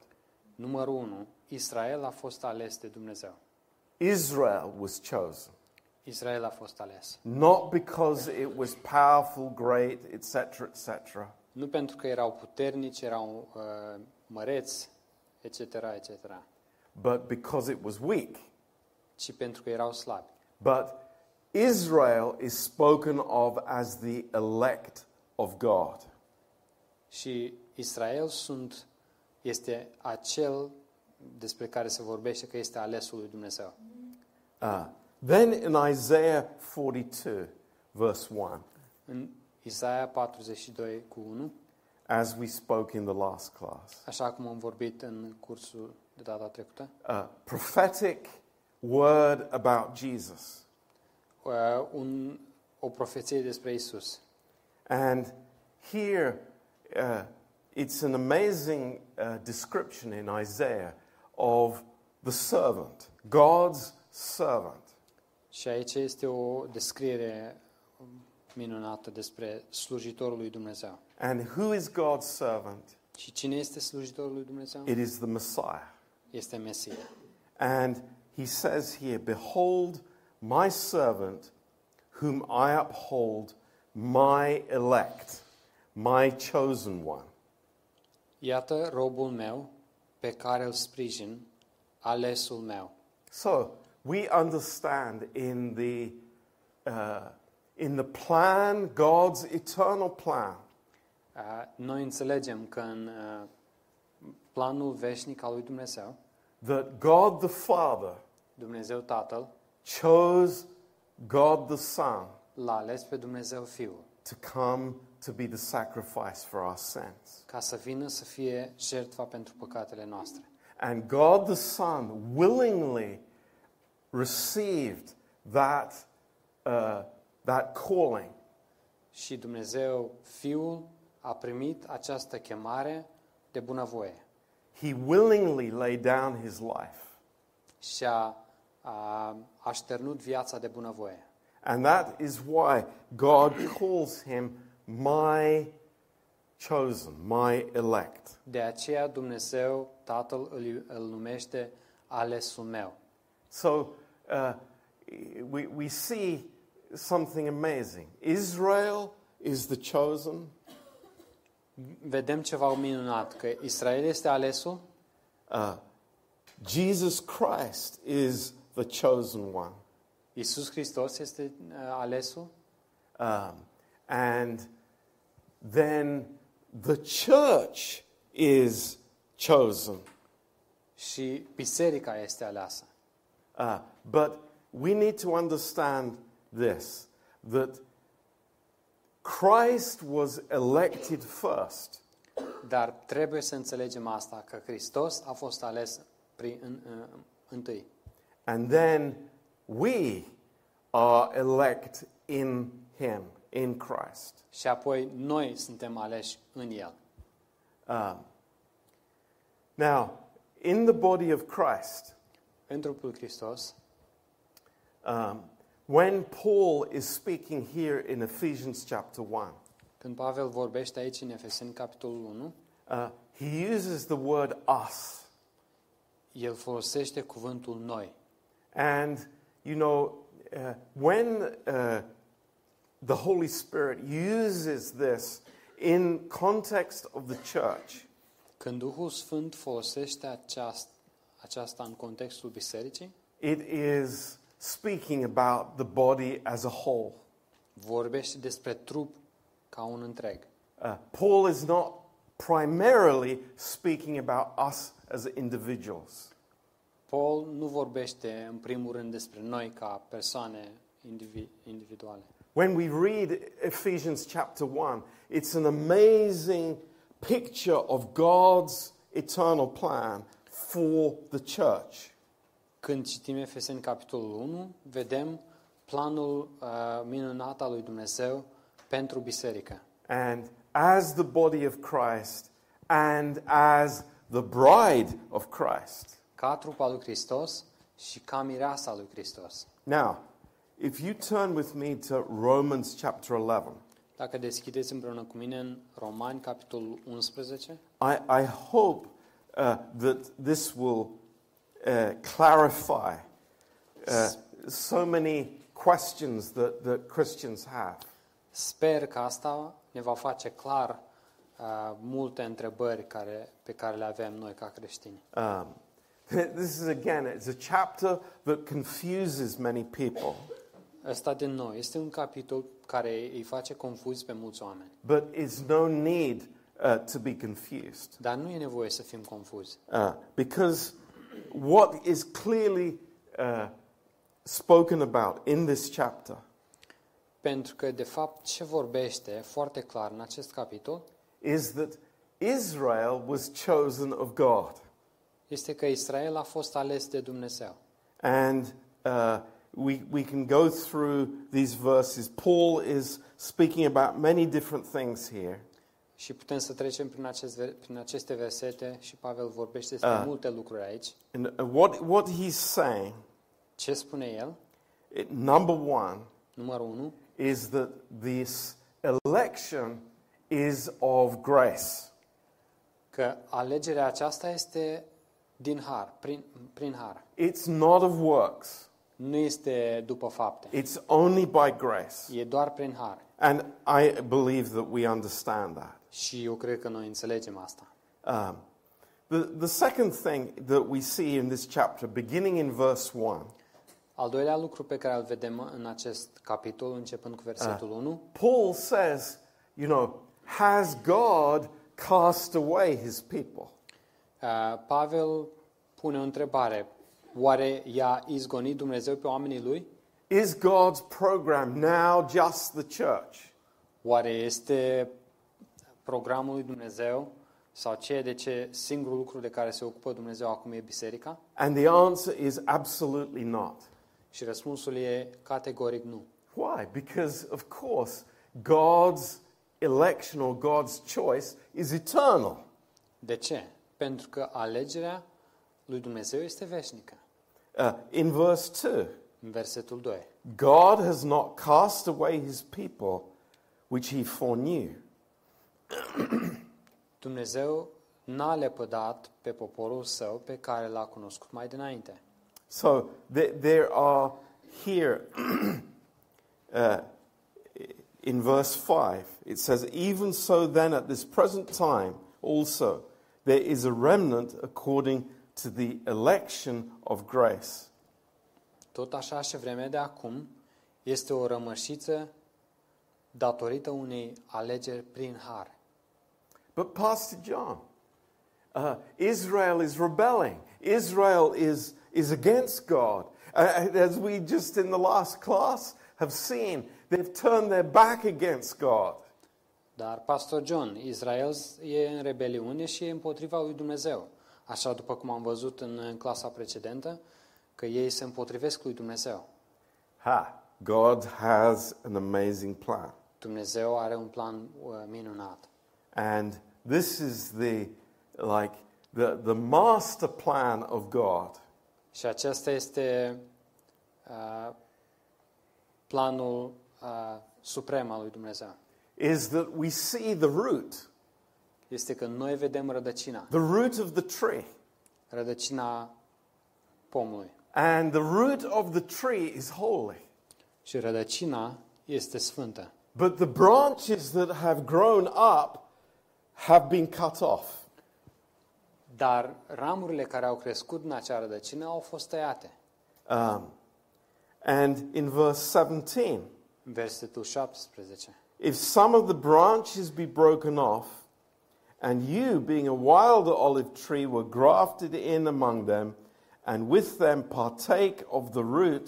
Speaker 2: Numărul 1. Israel a fost ales de Dumnezeu.
Speaker 1: Israel was chosen.
Speaker 2: Israel a fost ales.
Speaker 1: Not because it was powerful, great, etc., etc.,
Speaker 2: Nu pentru că erau puternici, erau uh, măreți, etc., etc.,
Speaker 1: but because it was weak.
Speaker 2: ci pentru că erau slabi.
Speaker 1: But Israel is spoken of as the elect of God.
Speaker 2: Și Israel sunt, este acel despre care se vorbește că este alesul lui Dumnezeu.
Speaker 1: Ah. then in Isaiah 42, verse 1,
Speaker 2: În Isaia 42 cu 1,
Speaker 1: as we spoke in the last class,
Speaker 2: așa cum am vorbit în cursul de data trecută,
Speaker 1: a prophetic word about Jesus.
Speaker 2: uh, un, o profeție despre Isus.
Speaker 1: And here uh, it's an amazing uh, description in Isaiah of the servant, God's servant.
Speaker 2: Și aici este o descriere minunată despre slujitorul lui Dumnezeu.
Speaker 1: And who is God's servant?
Speaker 2: Și cine este slujitorul lui Dumnezeu?
Speaker 1: It is the Messiah.
Speaker 2: Este Mesia.
Speaker 1: And he says here, Behold, my servant, whom I uphold, my elect, my chosen one.
Speaker 2: Iată robul meu pe care îl sprijin, alesul meu.
Speaker 1: So we understand in the, uh, in the plan, God's eternal plan,
Speaker 2: Uh, Noi înțelegem că în uh, planul veșnic al lui Dumnezeu,
Speaker 1: that God the Father
Speaker 2: Dumnezeu Tatăl
Speaker 1: chose God the Son
Speaker 2: l-a ales pe Dumnezeu Fiul
Speaker 1: to come to be the sacrifice for our sins.
Speaker 2: ca să vină să fie jertfa pentru păcatele noastre.
Speaker 1: And God the Son willingly received that, uh, that calling.
Speaker 2: Și Dumnezeu Fiul a primit această chemare de bunăvoie
Speaker 1: He willingly laid down his life.
Speaker 2: și a, a, a șternut viața de bunăvoie.
Speaker 1: And that is why God calls him my chosen, my elect.
Speaker 2: De aceea Dumnezeu Tatăl îl, îl numește alesul meu.
Speaker 1: So uh, we, we see something amazing. Israel is the chosen,
Speaker 2: Vedem ceva minunat, că Israel este alesul,
Speaker 1: uh, Jesus Christ is the chosen one.
Speaker 2: Isus Hristos este uh, alesul
Speaker 1: Um, and then the church is chosen.
Speaker 2: și biserica este aleasă.
Speaker 1: Uh, but we need to understand this that Christ was elected first,
Speaker 2: Dar trebuie să înțelegem asta, că Hristos a fost ales prin, în, în, întâi.
Speaker 1: and then we are elect in Him, in Christ.
Speaker 2: Și apoi noi suntem aleși în El.
Speaker 1: Um, now, in the body of Christ,
Speaker 2: În trupul Hristos,
Speaker 1: Um, when Paul is speaking here in Ephesians chapter 1,
Speaker 2: când Pavel vorbește aici în Efeseni, capitolul 1,
Speaker 1: uh, he uses the word us.
Speaker 2: el folosește cuvântul noi.
Speaker 1: And, you know, uh, when uh, the Holy Spirit uses this in context of the church,
Speaker 2: Când Duhul Sfânt folosește aceast, aceasta în contextul bisericii,
Speaker 1: it is speaking about the body as a whole.
Speaker 2: vorbește despre trup ca un întreg.
Speaker 1: Uh, Paul is not primarily speaking about us as individuals.
Speaker 2: Paul nu vorbește în primul rând despre noi ca persoane indivi- individuale.
Speaker 1: When we read Ephesians chapter 1, it's an amazing picture of God's eternal plan for the church.
Speaker 2: Când citim Efeseni capitolul 1, vedem planul uh, minunat al lui Dumnezeu pentru biserică.
Speaker 1: And as the body of Christ and as the bride of Christ.
Speaker 2: Ca trup al lui Hristos și ca mireasa lui Hristos.
Speaker 1: Now, if you turn with me to Romans chapter 11,
Speaker 2: Dacă deschideți împreună cu mine în Romani, capitolul 11,
Speaker 1: I, I hope uh, that this will uh, clarify uh, so many questions that, that Christians have.
Speaker 2: sper că asta ne va face clar uh, multe întrebări care, pe care le avem noi ca creștini.
Speaker 1: Um, this is again, it's a chapter that confuses many people,
Speaker 2: Ăsta din nou este un capitol care îi face confuzi pe mulți oameni,
Speaker 1: but is no need uh, to be confused.
Speaker 2: dar nu e nevoie să fim confuzi.
Speaker 1: Uh, because what is clearly uh, spoken about in this chapter
Speaker 2: Pentru că, de fapt, ce vorbește foarte clar în acest capitol
Speaker 1: is that Israel was chosen of God.
Speaker 2: este că Israel a fost ales de Dumnezeu.
Speaker 1: And uh, we, we can go through these verses. Paul is speaking about many different things here.
Speaker 2: Și putem să trecem prin, acest, ver- prin aceste versete și Pavel vorbește despre
Speaker 1: Ah.
Speaker 2: multe lucruri aici.
Speaker 1: And uh, what, what he's saying,
Speaker 2: Ce spune el?
Speaker 1: it, number one,
Speaker 2: Numărul 1.
Speaker 1: is that this election is of grace.
Speaker 2: că alegerea aceasta este din har, prin, prin har.
Speaker 1: It's not of works,
Speaker 2: Nu este după fapte.
Speaker 1: it's only by grace.
Speaker 2: E doar prin har.
Speaker 1: And I believe that we understand that.
Speaker 2: Și eu cred că noi înțelegem asta.
Speaker 1: Um, the, the second thing that we see in this chapter, beginning in verse 1,
Speaker 2: Al doilea lucru pe care îl vedem în acest capitol, începând cu versetul 1,
Speaker 1: Paul says, you know, has God cast away his people?
Speaker 2: uh, Pavel pune o întrebare. Oare i-a izgonit Dumnezeu pe oamenii lui?
Speaker 1: Is God's program now just the church?
Speaker 2: Oare este programul lui Dumnezeu sau ceea de ce singurul lucru de care se ocupă Dumnezeu acum e biserica?
Speaker 1: And the answer is absolutely not.
Speaker 2: Și răspunsul e categoric nu.
Speaker 1: Why? Because, of course, God's election or God's choice is eternal.
Speaker 2: De ce? Pentru că alegerea lui Dumnezeu este veșnică.
Speaker 1: Uh, in verse 2,
Speaker 2: În versetul 2.
Speaker 1: God has not cast away his people, which he foreknew.
Speaker 2: Dumnezeu n-a lepădat pe poporul său pe care l-a cunoscut mai dinainte.
Speaker 1: So th- there are here uh, in verse 5, it says, Even so, then, at this present time, also, there is a remnant according to the election of grace.
Speaker 2: Tot așa și vremea de acum este o rămășiță datorită unei alegeri prin har.
Speaker 1: But, Pastor John, uh, Israel is rebelling, Israel is, is against God. Uh, as we just in the last class have seen, they've turned their back against God.
Speaker 2: Dar, pastor John, Israel e în rebeliune și e împotriva lui Dumnezeu. Așa după cum am văzut în, în clasa precedentă, că ei se împotrivesc lui Dumnezeu.
Speaker 1: Ha! God has an amazing plan.
Speaker 2: Dumnezeu are un plan uh, minunat.
Speaker 1: And this is the like the, the master plan of God.
Speaker 2: Și acesta este uh, planul uh, suprem al lui Dumnezeu.
Speaker 1: Is that we see the root,
Speaker 2: Este că noi vedem rădăcina,
Speaker 1: the root of the tree.
Speaker 2: rădăcina pomului.
Speaker 1: And the root of the tree is holy.
Speaker 2: Și rădăcina este sfântă.
Speaker 1: But the branches that have grown up have been cut off.
Speaker 2: Dar ramurile care au crescut în acea rădăcină au fost tăiate.
Speaker 1: Um, and in verse 17,
Speaker 2: În Versetul 17.
Speaker 1: If some of the branches be broken off, and you, being a wild olive tree, were grafted in among them, and with them partake of the root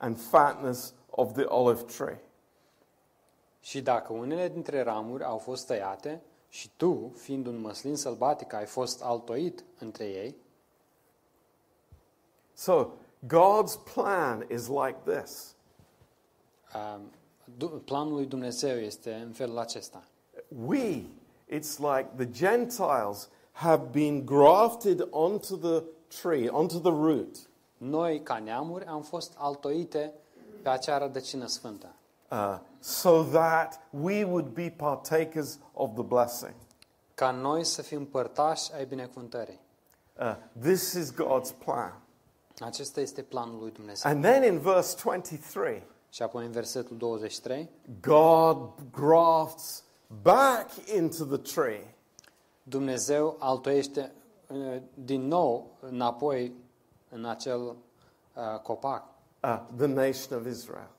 Speaker 1: and fatness of the olive tree.
Speaker 2: Și dacă unele dintre ramuri au fost tăiate și tu, fiind un măslin sălbatic, ai fost altoit între ei,
Speaker 1: So God's plan is like this
Speaker 2: Uh, Du- Planul lui Dumnezeu este în felul acesta.
Speaker 1: we, it's like the Gentiles, have been grafted onto the tree, onto the root.
Speaker 2: Noi, ca neamuri, am fost altoite pe acea rădăcină sfântă,
Speaker 1: uh, so that we would be partakers of the blessing.
Speaker 2: ca noi să fim părtași ai binecuvântării.
Speaker 1: Uh, this is God's plan.
Speaker 2: Acesta este planul lui Dumnezeu.
Speaker 1: And then in verse 23,
Speaker 2: Și apoi în versetul 23,
Speaker 1: God grafts back into the tree
Speaker 2: Dumnezeu altoiește uh, din nou înapoi în acel uh, copac
Speaker 1: uh, the nation of Israel.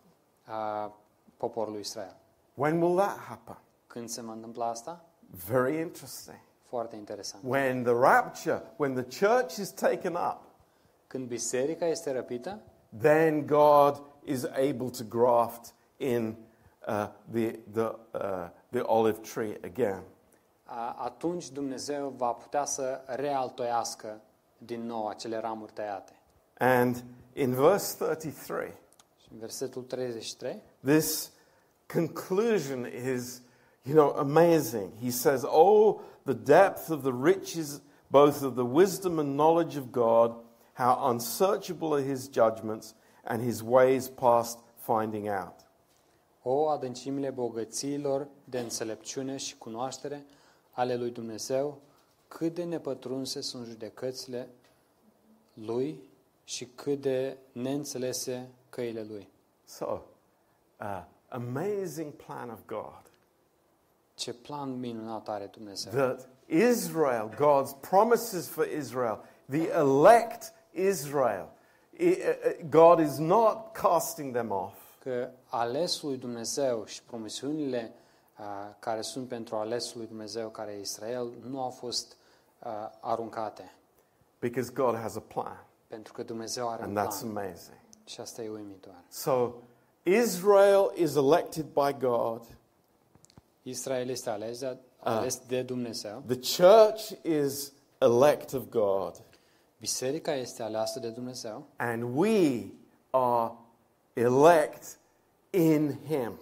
Speaker 2: a poporului Israel.
Speaker 1: When will that happen?
Speaker 2: Când se va întâmpla asta?
Speaker 1: Very interesting.
Speaker 2: Foarte interesant.
Speaker 1: When the rapture, when the church is taken up,
Speaker 2: Când biserica este răpită,
Speaker 1: then God is able to graft in uh, the, the, uh, the olive tree again.
Speaker 2: a- atunci Dumnezeu va putea să realtoiască din nou acele ramuri tăiate.
Speaker 1: And in verse 33,
Speaker 2: Și în versetul 33,
Speaker 1: this conclusion is, you know, amazing. He says, Oh, the depth of the riches, both of the wisdom and knowledge of God, how unsearchable are his judgments and his ways past finding out.
Speaker 2: O adâncimile bogățiilor de înțelepciune și cunoaștere ale lui Dumnezeu, cât de nepătrunse sunt judecățile lui și cât de neînțelese căile lui.
Speaker 1: So, uh, amazing plan of God
Speaker 2: Ce plan minunat are Dumnezeu!
Speaker 1: that Israel, God's promises for Israel, the elect Israel, i- uh, uh, God is not casting them off.
Speaker 2: Că alesul lui Dumnezeu și promisiunile a, care sunt pentru alesul lui Dumnezeu, care e Israel, nu au fost a, aruncate.
Speaker 1: Because God has a plan,
Speaker 2: Pentru că Dumnezeu are un
Speaker 1: and that's
Speaker 2: plan.
Speaker 1: amazing.
Speaker 2: Și asta e uimitoare.
Speaker 1: So, Israel is elected by God,
Speaker 2: Israel este ales,
Speaker 1: Ah.
Speaker 2: de- ales de Dumnezeu.
Speaker 1: the church is elect of God,
Speaker 2: Biserica este aleasă de Dumnezeu
Speaker 1: and we are elect in Him.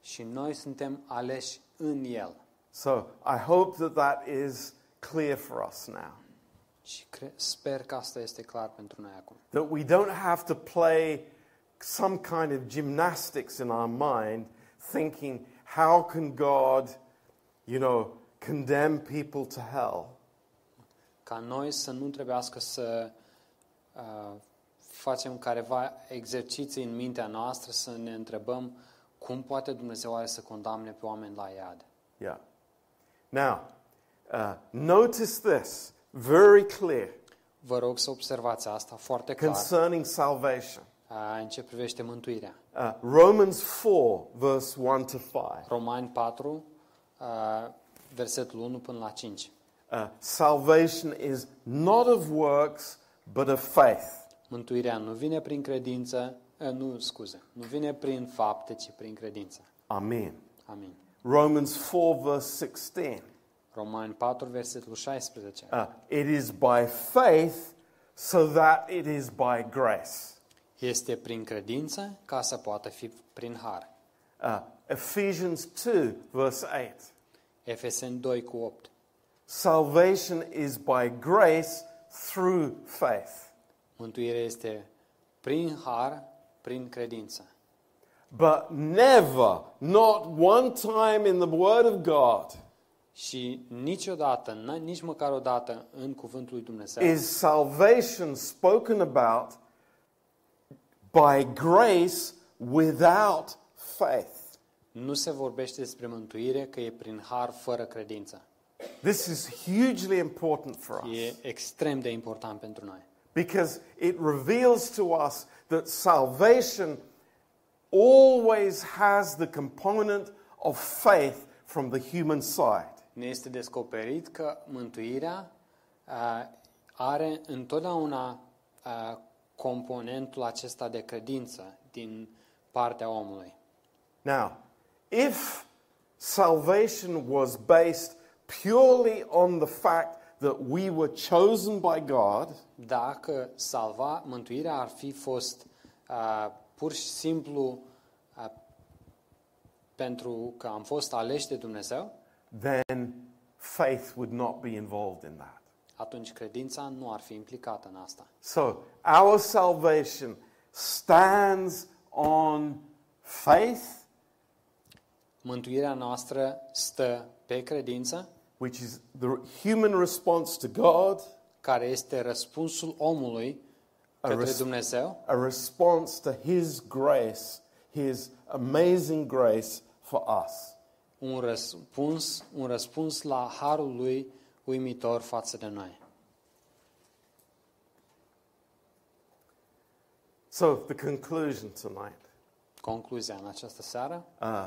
Speaker 2: și noi suntem aleși în El.
Speaker 1: So, I hope that that is clear for us now.
Speaker 2: Și cre- sper că asta este clar pentru noi acum.
Speaker 1: That we don't have to play some kind of gymnastics in our mind, thinking, how can God, you know, condemn people to hell?
Speaker 2: Ca noi să nu trebuiască să uh, facem careva exerciții în mintea noastră, să ne întrebăm cum poate Dumnezeu oare să condamne pe oameni la iad.
Speaker 1: Yeah. Now, uh, notice this very clear
Speaker 2: Vă rog să observați asta foarte clar
Speaker 1: concerning salvation.
Speaker 2: uh, în ce privește mântuirea.
Speaker 1: Uh, Romans 4, verse 1 to 5.
Speaker 2: Romani 4, uh, versetul 1 până la 5.
Speaker 1: Uh, salvation is not of works, but of faith.
Speaker 2: Mântuirea nu vine prin credință, eh, nu, scuze, nu vine prin fapte, ci prin credință.
Speaker 1: Amen.
Speaker 2: Amin.
Speaker 1: Romans 4, verse 16.
Speaker 2: Romani 4, versetul 16.
Speaker 1: Uh, it is by faith, so that it is by grace.
Speaker 2: Este prin credință ca să poată fi prin har.
Speaker 1: Uh, Ephesians 2, verse 8.
Speaker 2: Efeseni 2 cu 8.
Speaker 1: Salvation is by grace through faith.
Speaker 2: Mântuirea este prin har, prin credință.
Speaker 1: But never, not one time in the Word of God,
Speaker 2: Și niciodată, n- nici măcar odată în cuvântul lui Dumnezeu,
Speaker 1: is salvation spoken about by grace without faith.
Speaker 2: nu se vorbește despre mântuire că e prin har fără credință.
Speaker 1: This is hugely important for us
Speaker 2: E extrem de important pentru noi.
Speaker 1: because it reveals to us that salvation always has the component of faith from the human side.
Speaker 2: ne este descoperit că mântuirea a, are întotdeauna a, componentul acesta de credință din partea omului.
Speaker 1: Now, if salvation was based purely on the fact that we were chosen by God
Speaker 2: Dacă salva, mântuirea ar fi fost uh, pur și simplu uh, pentru că am fost aleși de Dumnezeu,
Speaker 1: then faith would not be involved in that.
Speaker 2: atunci credința nu ar fi implicată în asta.
Speaker 1: So our salvation stands on faith,
Speaker 2: Mântuirea noastră stă pe credință,
Speaker 1: which is the human response to God,
Speaker 2: care este răspunsul omului către
Speaker 1: răsp-
Speaker 2: Dumnezeu,
Speaker 1: a response to His grace, His amazing grace for us.
Speaker 2: un răspuns, un răspuns la harul lui uimitor față de noi.
Speaker 1: So the conclusion tonight
Speaker 2: Concluzia în această seară,
Speaker 1: uh,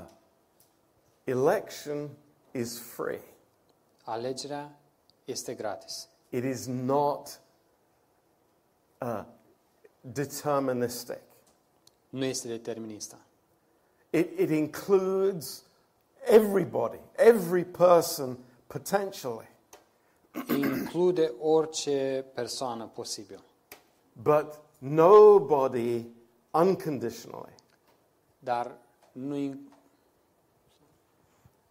Speaker 1: election is free,
Speaker 2: alegerea este gratis.
Speaker 1: it is not uh, deterministic.
Speaker 2: Nu este deterministă.
Speaker 1: It, it includes everybody, every person potentially.
Speaker 2: Include orice persoană posibil,
Speaker 1: but nobody unconditionally.
Speaker 2: dar nu in-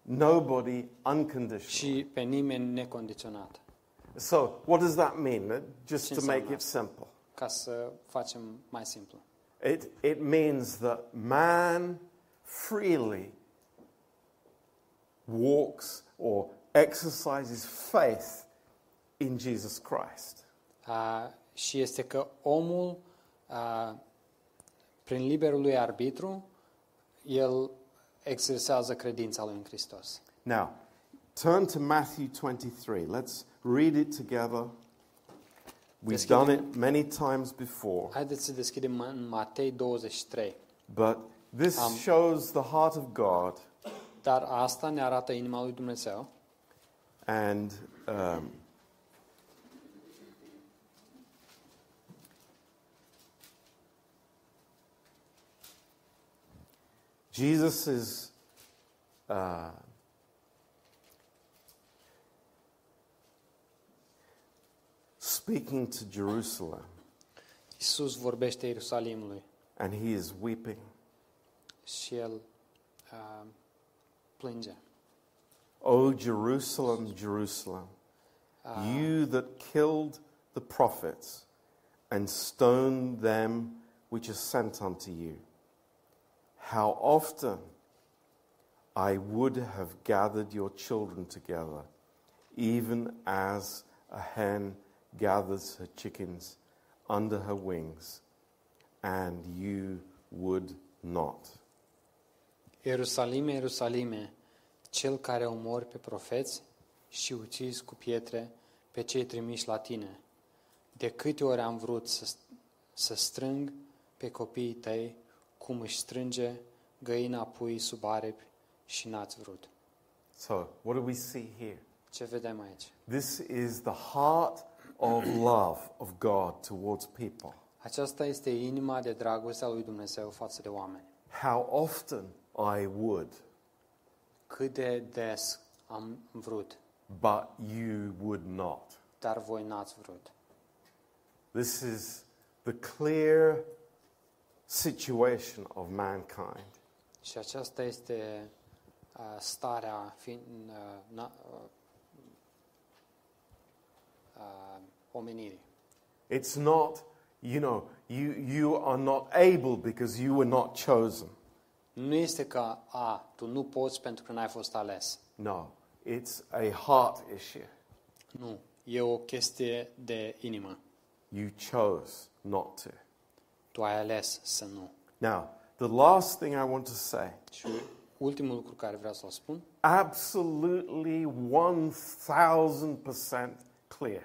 Speaker 1: Nobody unconditionally.
Speaker 2: și pe nimeni necondiționat.
Speaker 1: So, what does that mean? Uh, Just to
Speaker 2: Since
Speaker 1: make
Speaker 2: I'm
Speaker 1: it
Speaker 2: not-
Speaker 1: simple,
Speaker 2: Ca să facem mai simplu.
Speaker 1: it, it means that man freely walks or exercises faith in Jesus Christ.
Speaker 2: A, și este că omul, a, prin liberul lui arbitru, el exersează credința lui în Hristos.
Speaker 1: Now, turn to Matthew 23. Let's read it together. We've
Speaker 2: Let's keep
Speaker 1: done
Speaker 2: it-
Speaker 1: it many times before.
Speaker 2: Haideți să deschidem în Matei 23.
Speaker 1: But this
Speaker 2: Um,
Speaker 1: shows the heart of God,
Speaker 2: Dar asta ne arată inima lui Dumnezeu.
Speaker 1: and um, Jesus is. Uh, Speaking to Jerusalem,
Speaker 2: Iisus vorbește Ierusalimului
Speaker 1: and he is weeping.
Speaker 2: și el a, plânge.
Speaker 1: O Jerusalem, Jerusalem, you that killed the prophets and stoned them which are sent unto you, how often I would have gathered your children together, even as a hen gathers her chickens under her wings, and you would not.
Speaker 2: Ierusalime, Ierusalime, cel care omori pe profeți și ucizi cu pietre pe cei trimiși la tine. De câte ori am vrut să, să strâng pe copiii tăi cum își strânge găina pui sub aripi și n-ați vrut.
Speaker 1: So, what do we see here?
Speaker 2: Ce vedem aici?
Speaker 1: This is the heart of love of God towards people.
Speaker 2: Aceasta este inima de dragoste a lui Dumnezeu față de oameni.
Speaker 1: How often I would,
Speaker 2: Cât de des am vrut,
Speaker 1: but you would not.
Speaker 2: dar voi n-ați vrut.
Speaker 1: This is the clear situation of mankind.
Speaker 2: Și aceasta este uh, starea fiind, uh, na, uh, uh, omenirii.
Speaker 1: It's not, you know, you, you are not able because you were not chosen.
Speaker 2: Nu este că, a, tu nu poți pentru că n-ai fost ales.
Speaker 1: No, it's a heart issue.
Speaker 2: Nu. E o chestie de inimă.
Speaker 1: You chose not to.
Speaker 2: Tu ai ales să nu.
Speaker 1: Now, the last thing I want to say
Speaker 2: Și ultimul lucru care vreau să-l spun,
Speaker 1: absolutely 1000% clear.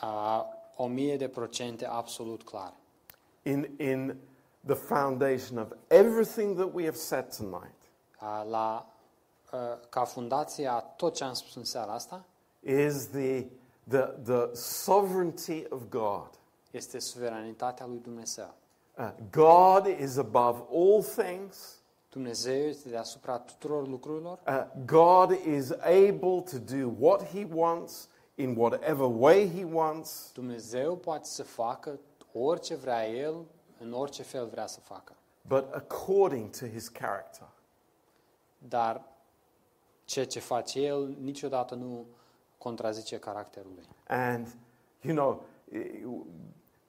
Speaker 2: a, o mie de procente absolut clar.
Speaker 1: In, in the foundation of everything that we have said tonight
Speaker 2: A, la, a, ca fundație a tot ce am spus în seara asta,
Speaker 1: is the, the, the sovereignty of God.
Speaker 2: este suveranitatea lui Dumnezeu.
Speaker 1: Uh, God is above all things.
Speaker 2: Dumnezeu este deasupra tuturor lucrurilor.
Speaker 1: Uh, God is able to do what he wants in whatever way he wants,
Speaker 2: Dumnezeu poate să facă orice vrea El, în orice fel vrea să facă.
Speaker 1: but according to his character.
Speaker 2: Dar ceea ce face El niciodată nu contrazice caracterul Lui.
Speaker 1: And, you know,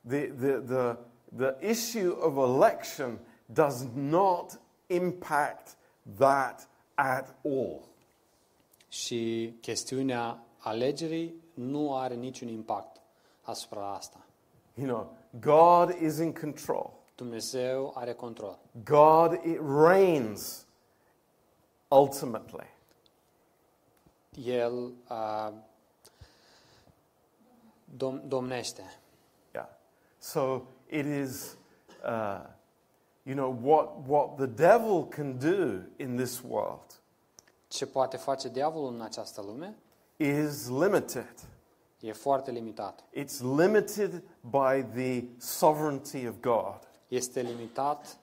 Speaker 1: the, the, the, the issue of election does not impact that at all.
Speaker 2: Și chestiunea alegerii nu are niciun impact asupra asta.
Speaker 1: You know, God is in control,
Speaker 2: Dumnezeu are control.
Speaker 1: God it reigns ultimately.
Speaker 2: El uh, dom- domnește.
Speaker 1: Yeah. So it is, uh, you know, what, what the devil can do in this world
Speaker 2: Ce poate face diavolul în această lume
Speaker 1: is limited.
Speaker 2: e foarte limitat.
Speaker 1: It's limited by the sovereignty of God.
Speaker 2: Este limitat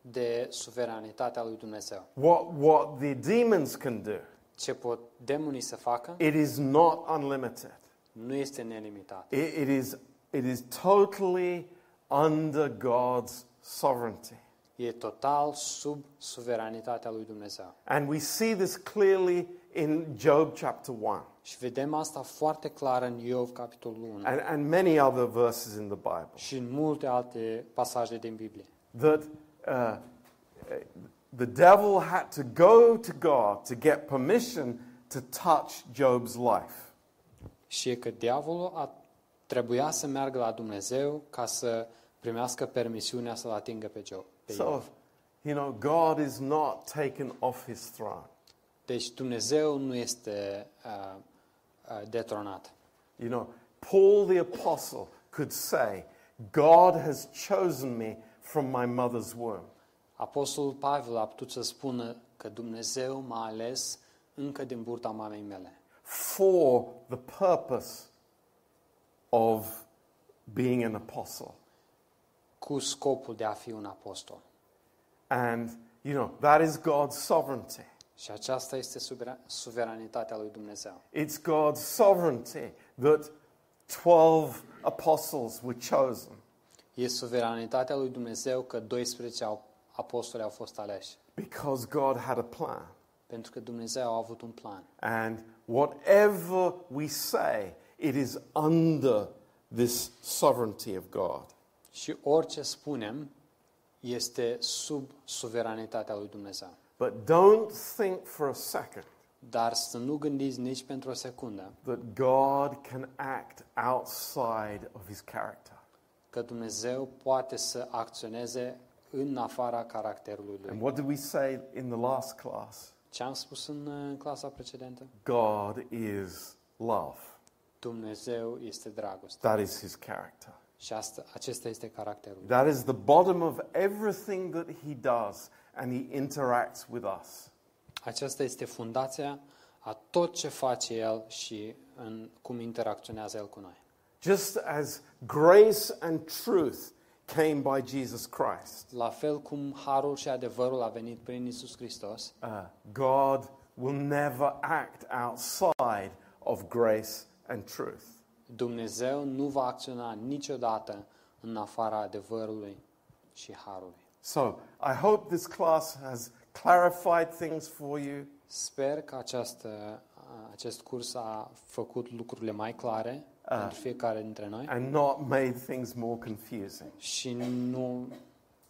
Speaker 2: de suveranitatea lui Dumnezeu.
Speaker 1: What, what the demons can do,
Speaker 2: Ce pot demonii să facă
Speaker 1: it is not unlimited.
Speaker 2: nu este nelimitat.
Speaker 1: It- it, is, it is totally under God's sovereignty.
Speaker 2: E total sub suveranitatea lui Dumnezeu.
Speaker 1: And we see this clearly in Job chapter 1
Speaker 2: Și vedem asta foarte clar în Iov, capitolul 1.
Speaker 1: and, and many other verses in the Bible.
Speaker 2: și în multe alte pasaje din Biblie.
Speaker 1: that uh, the devil had to go to God to get permission to touch Job's life.
Speaker 2: Și e că diavolul a, trebuia să meargă la Dumnezeu ca să primească permisiunea să-l atingă pe Job. Pe
Speaker 1: So,
Speaker 2: Iov.
Speaker 1: you know, God is not taken off his throne.
Speaker 2: Deci Dumnezeu nu este uh, uh, detronat.
Speaker 1: You know, Paul the apostle could say, God has chosen me from my mother's womb.
Speaker 2: Apostolul Pavel a putut să spună că Dumnezeu m-a ales încă din burta mamei mele
Speaker 1: For the purpose of being an apostle.
Speaker 2: cu scopul de a fi un apostol.
Speaker 1: And, you know, that is God's sovereignty.
Speaker 2: Și aceasta este subera- suveranitatea lui Dumnezeu.
Speaker 1: It's God's sovereignty that 12 apostles were chosen.
Speaker 2: E suveranitatea lui Dumnezeu că 12 au- apostoli au fost aleși.
Speaker 1: Because God had a plan.
Speaker 2: Pentru că Dumnezeu a avut un plan.
Speaker 1: And whatever we say, it is under this sovereignty of God.
Speaker 2: Și orice spunem este sub suveranitatea lui Dumnezeu.
Speaker 1: But don't think for a second
Speaker 2: Dar să nu gândiți nici pentru o secundă
Speaker 1: that God can act outside of his character.
Speaker 2: că Dumnezeu poate să acționeze în afara caracterului
Speaker 1: And
Speaker 2: lui.
Speaker 1: what did we say in the last class?
Speaker 2: Ce am spus în uh, clasa precedentă?
Speaker 1: God is love.
Speaker 2: Dumnezeu este dragoste.
Speaker 1: That is his character.
Speaker 2: Și asta, acesta este caracterul. lui.
Speaker 1: That is the bottom of everything that he does, and he interacts with us.
Speaker 2: Aceasta este fundația a tot ce face El și în cum interacționează El cu noi.
Speaker 1: Just as grace and truth came by Jesus Christ,
Speaker 2: La fel cum harul și adevărul a venit prin Isus Hristos,
Speaker 1: uh, God will never act outside of grace and truth.
Speaker 2: Dumnezeu nu va acționa niciodată în afara adevărului și harului.
Speaker 1: So I hope this class has clarified things for you.
Speaker 2: Sper că această, acest curs a făcut lucrurile mai clare pentru fiecare dintre noi
Speaker 1: And not made things more confusing.
Speaker 2: și nu,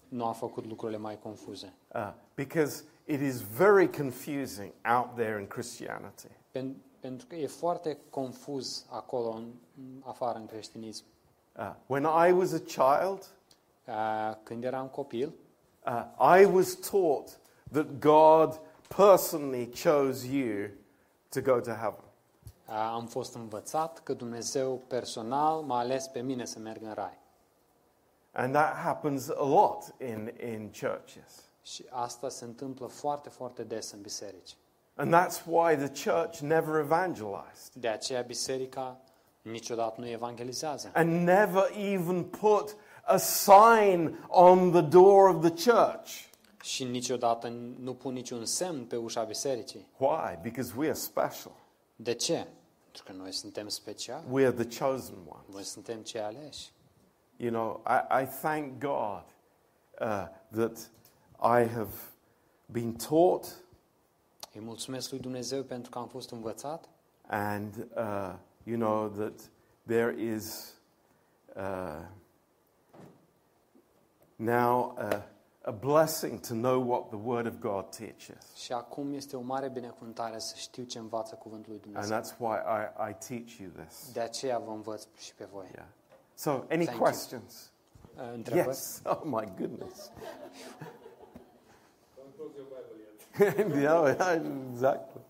Speaker 2: nu a făcut lucrurile mai confuze.
Speaker 1: Uh, because it is very confusing out there in Christianity.
Speaker 2: Pen, pentru că e foarte confuz acolo, în, în afară, în creștinism.
Speaker 1: Uh, when I was a child,
Speaker 2: A, Când eram copil,
Speaker 1: Uh, I was taught that God personally chose you to go to heaven.
Speaker 2: a, am fost învățat că Dumnezeu personal m-a ales pe mine să merg în rai.
Speaker 1: And that happens a lot in, in churches.
Speaker 2: Și asta se întâmplă foarte, foarte des în biserici.
Speaker 1: And that's why the church never evangelized
Speaker 2: De aceea biserica niciodată nu evangelizează
Speaker 1: and never even put a sign on the door of the church.
Speaker 2: și niciodată nu pun niciun semn pe ușa bisericii.
Speaker 1: Why? Because we are special.
Speaker 2: De ce? Pentru Pentru că noi suntem speciali.
Speaker 1: We're the chosen one.
Speaker 2: Noi suntem cei aleși.
Speaker 1: You know, I, I thank God uh, that I have been taught
Speaker 2: Îi mulțumesc lui Dumnezeu pentru că am fost învățat
Speaker 1: and, uh, you know, that there is uh, now a, a blessing to know what the Word of God teaches.
Speaker 2: și acum este o mare binecuvântare să știu ce învață cuvântul lui
Speaker 1: And
Speaker 2: Dumnezeu.
Speaker 1: that's why I, I teach you this.
Speaker 2: De aceea vă învăț și pe voi.
Speaker 1: Yeah. So, any
Speaker 2: Thank you.
Speaker 1: questions?
Speaker 2: Uh, Întrebări?
Speaker 1: Yes. Oh, my goodness.
Speaker 3: Don't close your Bible yet.
Speaker 1: yeah, exactly.